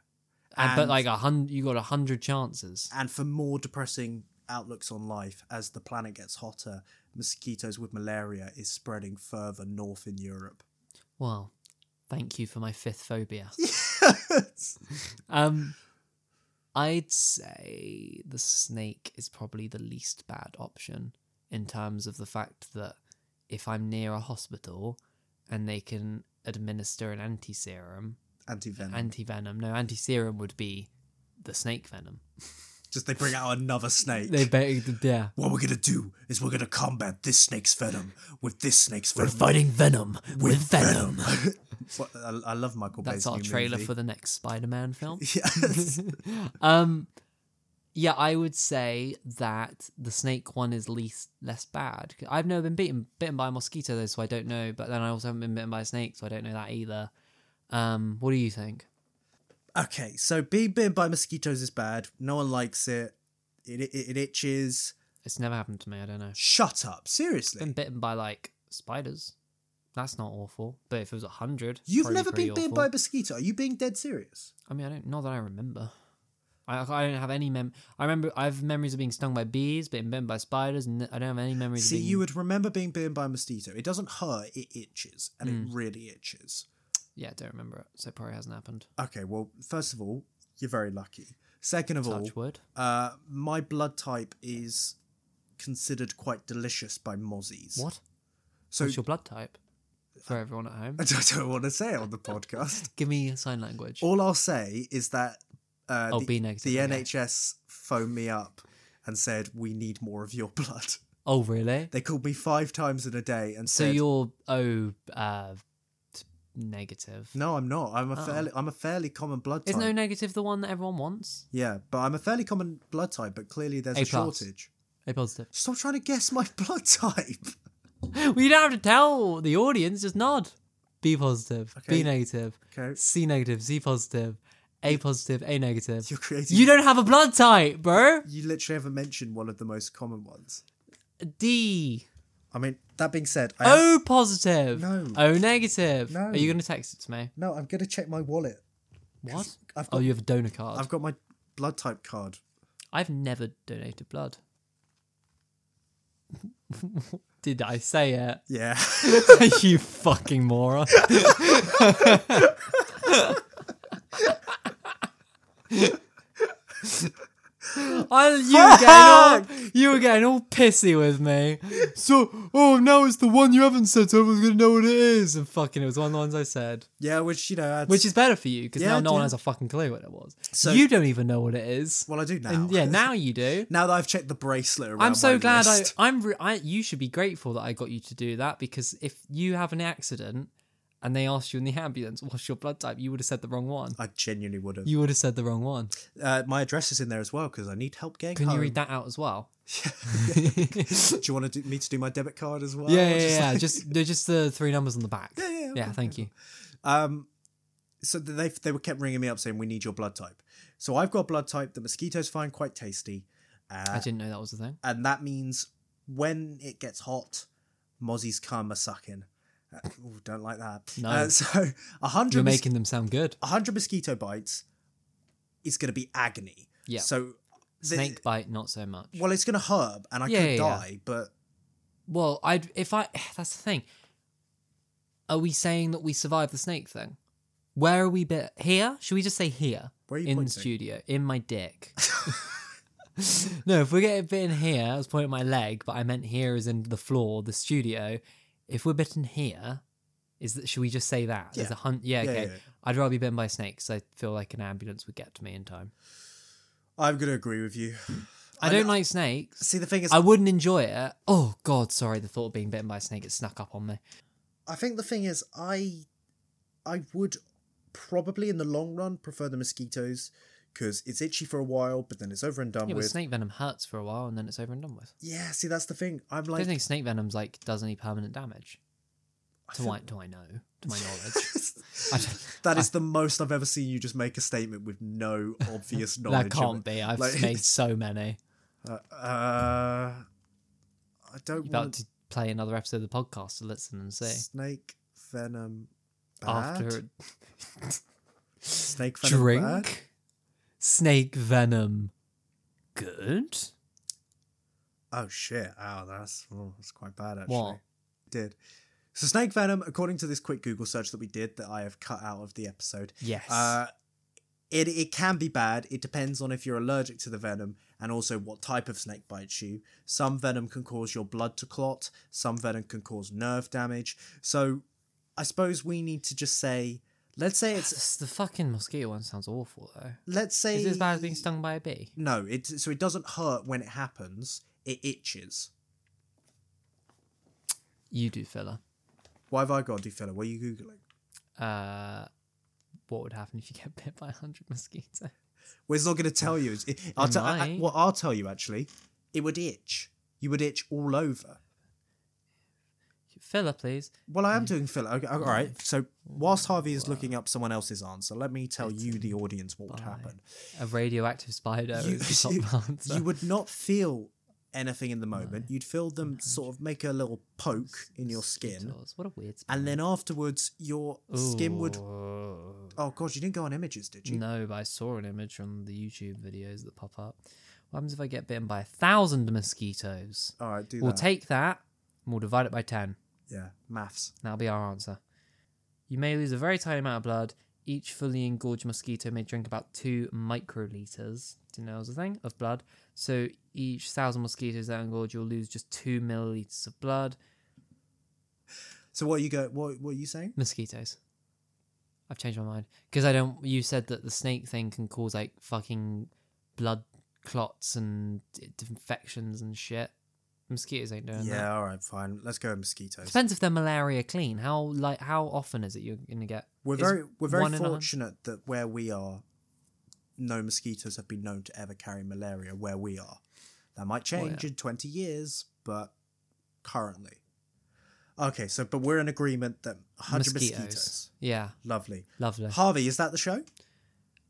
[SPEAKER 3] and, but
[SPEAKER 4] And-
[SPEAKER 3] like a hundred, you got a hundred chances.
[SPEAKER 4] And for more depressing outlooks on life, as the planet gets hotter, mosquitoes with malaria is spreading further north in Europe.
[SPEAKER 3] Well, thank you for my fifth phobia. Um, I'd say the snake is probably the least bad option in terms of the fact that if I'm near a hospital and they can administer an anti serum,
[SPEAKER 4] Anti venom.
[SPEAKER 3] anti venom, no, anti serum would be the snake venom.
[SPEAKER 4] Just they bring out another snake.
[SPEAKER 3] They bet, yeah.
[SPEAKER 4] What we're gonna do is we're gonna combat this snake's venom with this snake's
[SPEAKER 3] We're
[SPEAKER 4] venom.
[SPEAKER 3] fighting venom with, venom.
[SPEAKER 4] What- I, I love Michael Bay's
[SPEAKER 3] That's our
[SPEAKER 4] new
[SPEAKER 3] trailer
[SPEAKER 4] movie.
[SPEAKER 3] for the next Spider Man film.
[SPEAKER 4] Yes.
[SPEAKER 3] um yeah i would say that the snake one is least less bad i've never been beaten bitten by a mosquito though so i don't know but then i also haven't been bitten by a snake so i don't know that either um what do you think
[SPEAKER 4] okay, so being bitten by mosquitoes is bad. No one likes it. It it, it itches.
[SPEAKER 3] it's never happened to me i don't know
[SPEAKER 4] Shut up, seriously.
[SPEAKER 3] been bitten by like spiders that's not awful but if it was a hundred
[SPEAKER 4] You've
[SPEAKER 3] probably
[SPEAKER 4] never
[SPEAKER 3] pretty
[SPEAKER 4] been bitten
[SPEAKER 3] awful.
[SPEAKER 4] by a mosquito. Are you being dead serious?
[SPEAKER 3] i mean i don't not that i remember I, I don't have any mem. I remember I have memories of being stung by bees, being bitten by spiders, and I don't have any memories.
[SPEAKER 4] See,
[SPEAKER 3] of being,
[SPEAKER 4] you would remember being bitten by a mosquito. It doesn't hurt. It itches, and
[SPEAKER 3] Hmm.
[SPEAKER 4] it really itches.
[SPEAKER 3] yeah, don't remember it, so it probably hasn't happened.
[SPEAKER 4] Okay, well, first of all, you're very lucky. Second of all,
[SPEAKER 3] Touch wood.
[SPEAKER 4] Uh, my blood type is considered quite delicious by mozzies.
[SPEAKER 3] What?
[SPEAKER 4] So Uh,
[SPEAKER 3] What's your blood type? For everyone at home,
[SPEAKER 4] I don't, want to say it on the podcast.
[SPEAKER 3] give me a sign language.
[SPEAKER 4] All I'll say is that uh,
[SPEAKER 3] Oh,
[SPEAKER 4] the,
[SPEAKER 3] B negative,
[SPEAKER 4] the
[SPEAKER 3] okay.
[SPEAKER 4] NHS phoned me up and said we need more of your blood.
[SPEAKER 3] Oh, really?
[SPEAKER 4] They called me five times in a day and
[SPEAKER 3] So
[SPEAKER 4] said,
[SPEAKER 3] you're O uh, t- negative.
[SPEAKER 4] "No, I'm not. I'm a fairly I'm a fairly common blood type."
[SPEAKER 3] Is Oh. no negative the one that everyone wants?
[SPEAKER 4] yeah, but I'm a fairly common blood type. But clearly, there's
[SPEAKER 3] A
[SPEAKER 4] a
[SPEAKER 3] plus.
[SPEAKER 4] shortage.
[SPEAKER 3] A positive.
[SPEAKER 4] Stop trying to guess my blood type.
[SPEAKER 3] Well, you don't have to tell the audience. Just nod. B positive. B
[SPEAKER 4] Okay.
[SPEAKER 3] negative.
[SPEAKER 4] Okay.
[SPEAKER 3] C negative. Z positive. A positive. A negative.
[SPEAKER 4] You're creating.
[SPEAKER 3] You don't have a blood type, bro.
[SPEAKER 4] you literally haven't mentioned one of the most common ones.
[SPEAKER 3] D.
[SPEAKER 4] I mean, that being said, I have-
[SPEAKER 3] O positive.
[SPEAKER 4] Uh, No.
[SPEAKER 3] O negative.
[SPEAKER 4] No.
[SPEAKER 3] Are you going to text it to me?
[SPEAKER 4] no, I'm gonna check my wallet.
[SPEAKER 3] What?
[SPEAKER 4] I've
[SPEAKER 3] Oh,
[SPEAKER 4] got-
[SPEAKER 3] you have a donor card.
[SPEAKER 4] I've got my blood type card.
[SPEAKER 3] I've never donated blood. Did I say it?
[SPEAKER 4] Yeah,
[SPEAKER 3] you fucking moron. I, Oh, you, were getting all, you were getting all pissy with me. So, oh, now it's the one you haven't said, so everyone's going to know what it is. And fucking, it was one of the ones I said.
[SPEAKER 4] yeah. Which you know, that's-
[SPEAKER 3] Which is better for you, because
[SPEAKER 4] Yeah,
[SPEAKER 3] now no one
[SPEAKER 4] yeah.
[SPEAKER 3] has a fucking clue what it was.
[SPEAKER 4] So-
[SPEAKER 3] you don't even know what it is.
[SPEAKER 4] well, I do now.
[SPEAKER 3] and yeah, now you do.
[SPEAKER 4] now that I've checked the bracelet around,
[SPEAKER 3] I'm so
[SPEAKER 4] my
[SPEAKER 3] glad
[SPEAKER 4] wrist,
[SPEAKER 3] I I'm re- I you should be grateful that I got you to do that because if you have an accident and they asked you in the ambulance what's your blood type you would have said the wrong one.
[SPEAKER 4] I, genuinely would have.
[SPEAKER 3] You would have said the wrong one.
[SPEAKER 4] Uh, my address is in there as well because I need help getting
[SPEAKER 3] Can
[SPEAKER 4] home.
[SPEAKER 3] you read that out as well?
[SPEAKER 4] Do you want to do, me to do my debit card as well?
[SPEAKER 3] yeah, yeah,
[SPEAKER 4] Just
[SPEAKER 3] yeah.
[SPEAKER 4] like-
[SPEAKER 3] just they're just the three numbers on the back. Yeah,
[SPEAKER 4] yeah, okay,
[SPEAKER 3] thank you.
[SPEAKER 4] Um, so th- they they were kept ringing me up saying we need your blood type. So I've got a blood type that mosquitoes find quite tasty.
[SPEAKER 3] I
[SPEAKER 4] Uh,
[SPEAKER 3] didn't know that was a thing.
[SPEAKER 4] and that means when it gets hot, mozzies come a sucking. Uh, ooh, don't like that.
[SPEAKER 3] No.
[SPEAKER 4] Uh, so a
[SPEAKER 3] You're
[SPEAKER 4] hundred mos-
[SPEAKER 3] making them sound good.
[SPEAKER 4] a hundred mosquito bites is going to be agony.
[SPEAKER 3] Yeah.
[SPEAKER 4] So the-
[SPEAKER 3] Snake bite not so much.
[SPEAKER 4] Well, it's going to hurt, and I
[SPEAKER 3] Yeah,
[SPEAKER 4] could
[SPEAKER 3] yeah, yeah.
[SPEAKER 4] die. But
[SPEAKER 3] Well, I'd if I that's the thing. Are we saying that we survived the snake thing? Where are we bit here? Should we just say here?
[SPEAKER 4] Where are you
[SPEAKER 3] in
[SPEAKER 4] pointing?
[SPEAKER 3] the studio? In my dick. no, if we get a bit in here, I was pointing at my leg, but I meant here as in the floor, the studio. If we're bitten here, is that should we just say that? There's
[SPEAKER 4] Yeah.
[SPEAKER 3] a hunt. Yeah,
[SPEAKER 4] Yeah,
[SPEAKER 3] okay.
[SPEAKER 4] yeah, yeah.
[SPEAKER 3] I'd rather be bitten by a snake because I feel like an ambulance would get to me in time.
[SPEAKER 4] I'm gonna agree with you.
[SPEAKER 3] I don't like snakes.
[SPEAKER 4] See, the thing is,
[SPEAKER 3] I wouldn't enjoy it. Oh God, sorry. The thought of being bitten by a snake it snuck up on me.
[SPEAKER 4] I think the thing is, I, I would probably in the long run prefer the mosquitoes because it's itchy for a while, but then it's over and done
[SPEAKER 3] Yeah, but
[SPEAKER 4] with.
[SPEAKER 3] snake venom hurts for a while and then it's over and done with.
[SPEAKER 4] Yeah, see, that's the thing. I'm
[SPEAKER 3] I
[SPEAKER 4] like,
[SPEAKER 3] don't think snake venom's like does any permanent damage.
[SPEAKER 4] I
[SPEAKER 3] To
[SPEAKER 4] feel-
[SPEAKER 3] I, to I know, to my knowledge. I don't-
[SPEAKER 4] that is the most I've ever seen you just make a statement with no obvious knowledge.
[SPEAKER 3] that
[SPEAKER 4] of
[SPEAKER 3] can't
[SPEAKER 4] it.
[SPEAKER 3] be. I've
[SPEAKER 4] Like-
[SPEAKER 3] made so many.
[SPEAKER 4] Uh, uh, I don't
[SPEAKER 3] About
[SPEAKER 4] want
[SPEAKER 3] to play another episode of the podcast to listen and see.
[SPEAKER 4] snake venom. Bad?
[SPEAKER 3] After
[SPEAKER 4] snake venom
[SPEAKER 3] drink,
[SPEAKER 4] bad?
[SPEAKER 3] snake venom, good.
[SPEAKER 4] Oh shit! Oh, that's oh, that's quite bad actually.
[SPEAKER 3] What?
[SPEAKER 4] Did so snake venom? According to this quick Google search that we did, that I have cut out of the episode,
[SPEAKER 3] Yes.
[SPEAKER 4] uh, it it can be bad. It depends on if you're allergic to the venom and also what type of snake bites you. Some venom can cause your blood to clot. Some venom can cause nerve damage. So, I suppose we need to just say, let's say it's
[SPEAKER 3] It's- the fucking mosquito one sounds awful though.
[SPEAKER 4] let's say
[SPEAKER 3] Is it as bad as being stung by a bee?
[SPEAKER 4] No, it so it doesn't hurt when it happens. It itches.
[SPEAKER 3] You do filler.
[SPEAKER 4] Why have I got to do filler? What are you googling?
[SPEAKER 3] Uh, what would happen if you get bit by a hundred mosquitoes?
[SPEAKER 4] Well, it's not going to tell you. It's- It, I'll
[SPEAKER 3] It
[SPEAKER 4] te- I- I-
[SPEAKER 3] might.
[SPEAKER 4] well, I'll tell you actually. It would itch. You would itch all over.
[SPEAKER 3] Filler, please.
[SPEAKER 4] Well, I am
[SPEAKER 3] Mm.
[SPEAKER 4] doing filler. Okay, all right. So whilst Harvey is looking up someone else's answer, let me tell you, the audience, what would happen.
[SPEAKER 3] A radioactive spider
[SPEAKER 4] You,
[SPEAKER 3] is the top answer.
[SPEAKER 4] you would not feel anything in the moment. You'd feel them sort of make a little poke in your skin,
[SPEAKER 3] Mosquitoes. What a weird spider.
[SPEAKER 4] and then afterwards, your skin would.
[SPEAKER 3] Ooh.
[SPEAKER 4] Oh god, you didn't go on images, did you?
[SPEAKER 3] No, but I saw an image on the YouTube videos that pop up. What happens if I get bitten by a thousand mosquitoes?
[SPEAKER 4] All right, do
[SPEAKER 3] We'll
[SPEAKER 4] that.
[SPEAKER 3] take that and we'll divide it by 10.
[SPEAKER 4] yeah, maths.
[SPEAKER 3] That'll be our answer. You may lose a very tiny amount of blood. Each fully engorged mosquito may drink about two microliters. Didn't know that was a thing of blood. So each thousand mosquitoes that engorge, you'll lose just two milliliters of blood.
[SPEAKER 4] So what you go? What what are you saying?
[SPEAKER 3] Mosquitoes. I've changed my mind because I don't. You said that the snake thing can cause like fucking blood clots and d- infections and shit. Mosquitoes ain't doing that.
[SPEAKER 4] Yeah, all right, fine. Let's go with mosquitoes.
[SPEAKER 3] Depends if they're malaria clean. How like how often is it you're gonna get?
[SPEAKER 4] We're
[SPEAKER 3] is
[SPEAKER 4] very we're very
[SPEAKER 3] one in a hun-
[SPEAKER 4] fortunate that where we are, no mosquitoes have been known to ever carry malaria. Where we are, that might
[SPEAKER 3] Oh,
[SPEAKER 4] change in twenty years, but currently, okay. So, but we're in agreement that hundred mosquitoes.
[SPEAKER 3] Yeah,
[SPEAKER 4] Lovely,
[SPEAKER 3] lovely.
[SPEAKER 4] Harvey. Is that the show?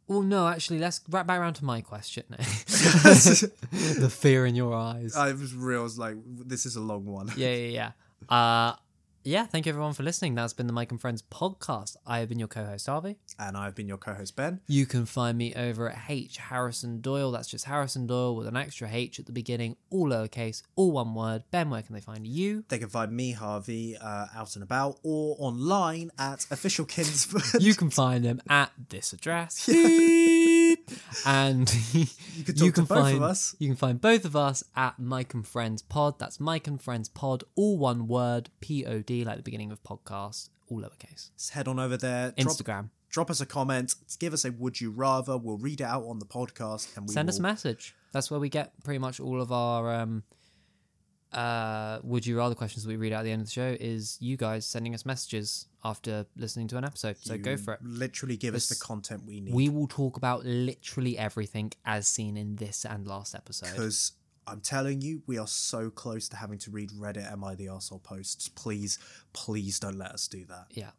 [SPEAKER 3] Well, no, actually, let's wrap back around to my question. now. the fear in your eyes.
[SPEAKER 4] I was real. I was like, this is a long one.
[SPEAKER 3] yeah, yeah, yeah. Uh, yeah, thank you everyone for listening. That's been the Mike and Friends podcast. I have been your co-host Harvey.
[SPEAKER 4] And I've been your co-host Ben.
[SPEAKER 3] You can find me over at H Harrison Doyle. That's just Harrison Doyle with an extra H at the beginning, all lowercase, all one word. Ben, where can they find you?
[SPEAKER 4] They can find me, Harvey, uh, out and about or online at official Kinsman.
[SPEAKER 3] You can find him at this address. Beep. and you
[SPEAKER 4] can talk to both of
[SPEAKER 3] find,
[SPEAKER 4] us.
[SPEAKER 3] You can find both of us at Mike and Friends Pod. That's Mike and Friends Pod, all one word, P O D, like the beginning of podcast, all lowercase.
[SPEAKER 4] head on over there. Drop,
[SPEAKER 3] Instagram.
[SPEAKER 4] drop us a comment. Give us a would you rather. We'll read it out on the podcast. And we
[SPEAKER 3] Send us a
[SPEAKER 4] will-
[SPEAKER 3] message. That's where we get pretty much all of our um uh would you rather questions we read out at the end of the show is you guys sending us messages after listening to an episode. So
[SPEAKER 4] You
[SPEAKER 3] go for it.
[SPEAKER 4] Literally give us
[SPEAKER 3] This-
[SPEAKER 4] the content we need.
[SPEAKER 3] We will talk about literally everything as seen in this and last episode.
[SPEAKER 4] Because I'm telling you, we are so close to having to read Reddit Am I the Arsehole posts. Please, please don't let us do that.
[SPEAKER 3] Yeah.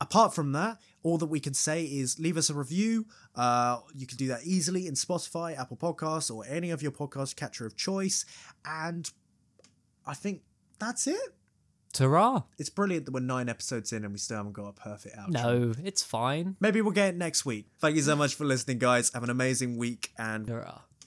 [SPEAKER 4] Apart from that, all that we can say is leave us a review. Uh, you can do that easily in Spotify, Apple Podcasts, or any of your podcast catcher of choice. And I think that's it.
[SPEAKER 3] Ta-ra.
[SPEAKER 4] It's brilliant that we're nine episodes in and we still haven't got a perfect outro.
[SPEAKER 3] No, it's fine.
[SPEAKER 4] Maybe we'll get it next week. Thank you so much for listening, guys. Have an amazing week and
[SPEAKER 3] Ta-ra.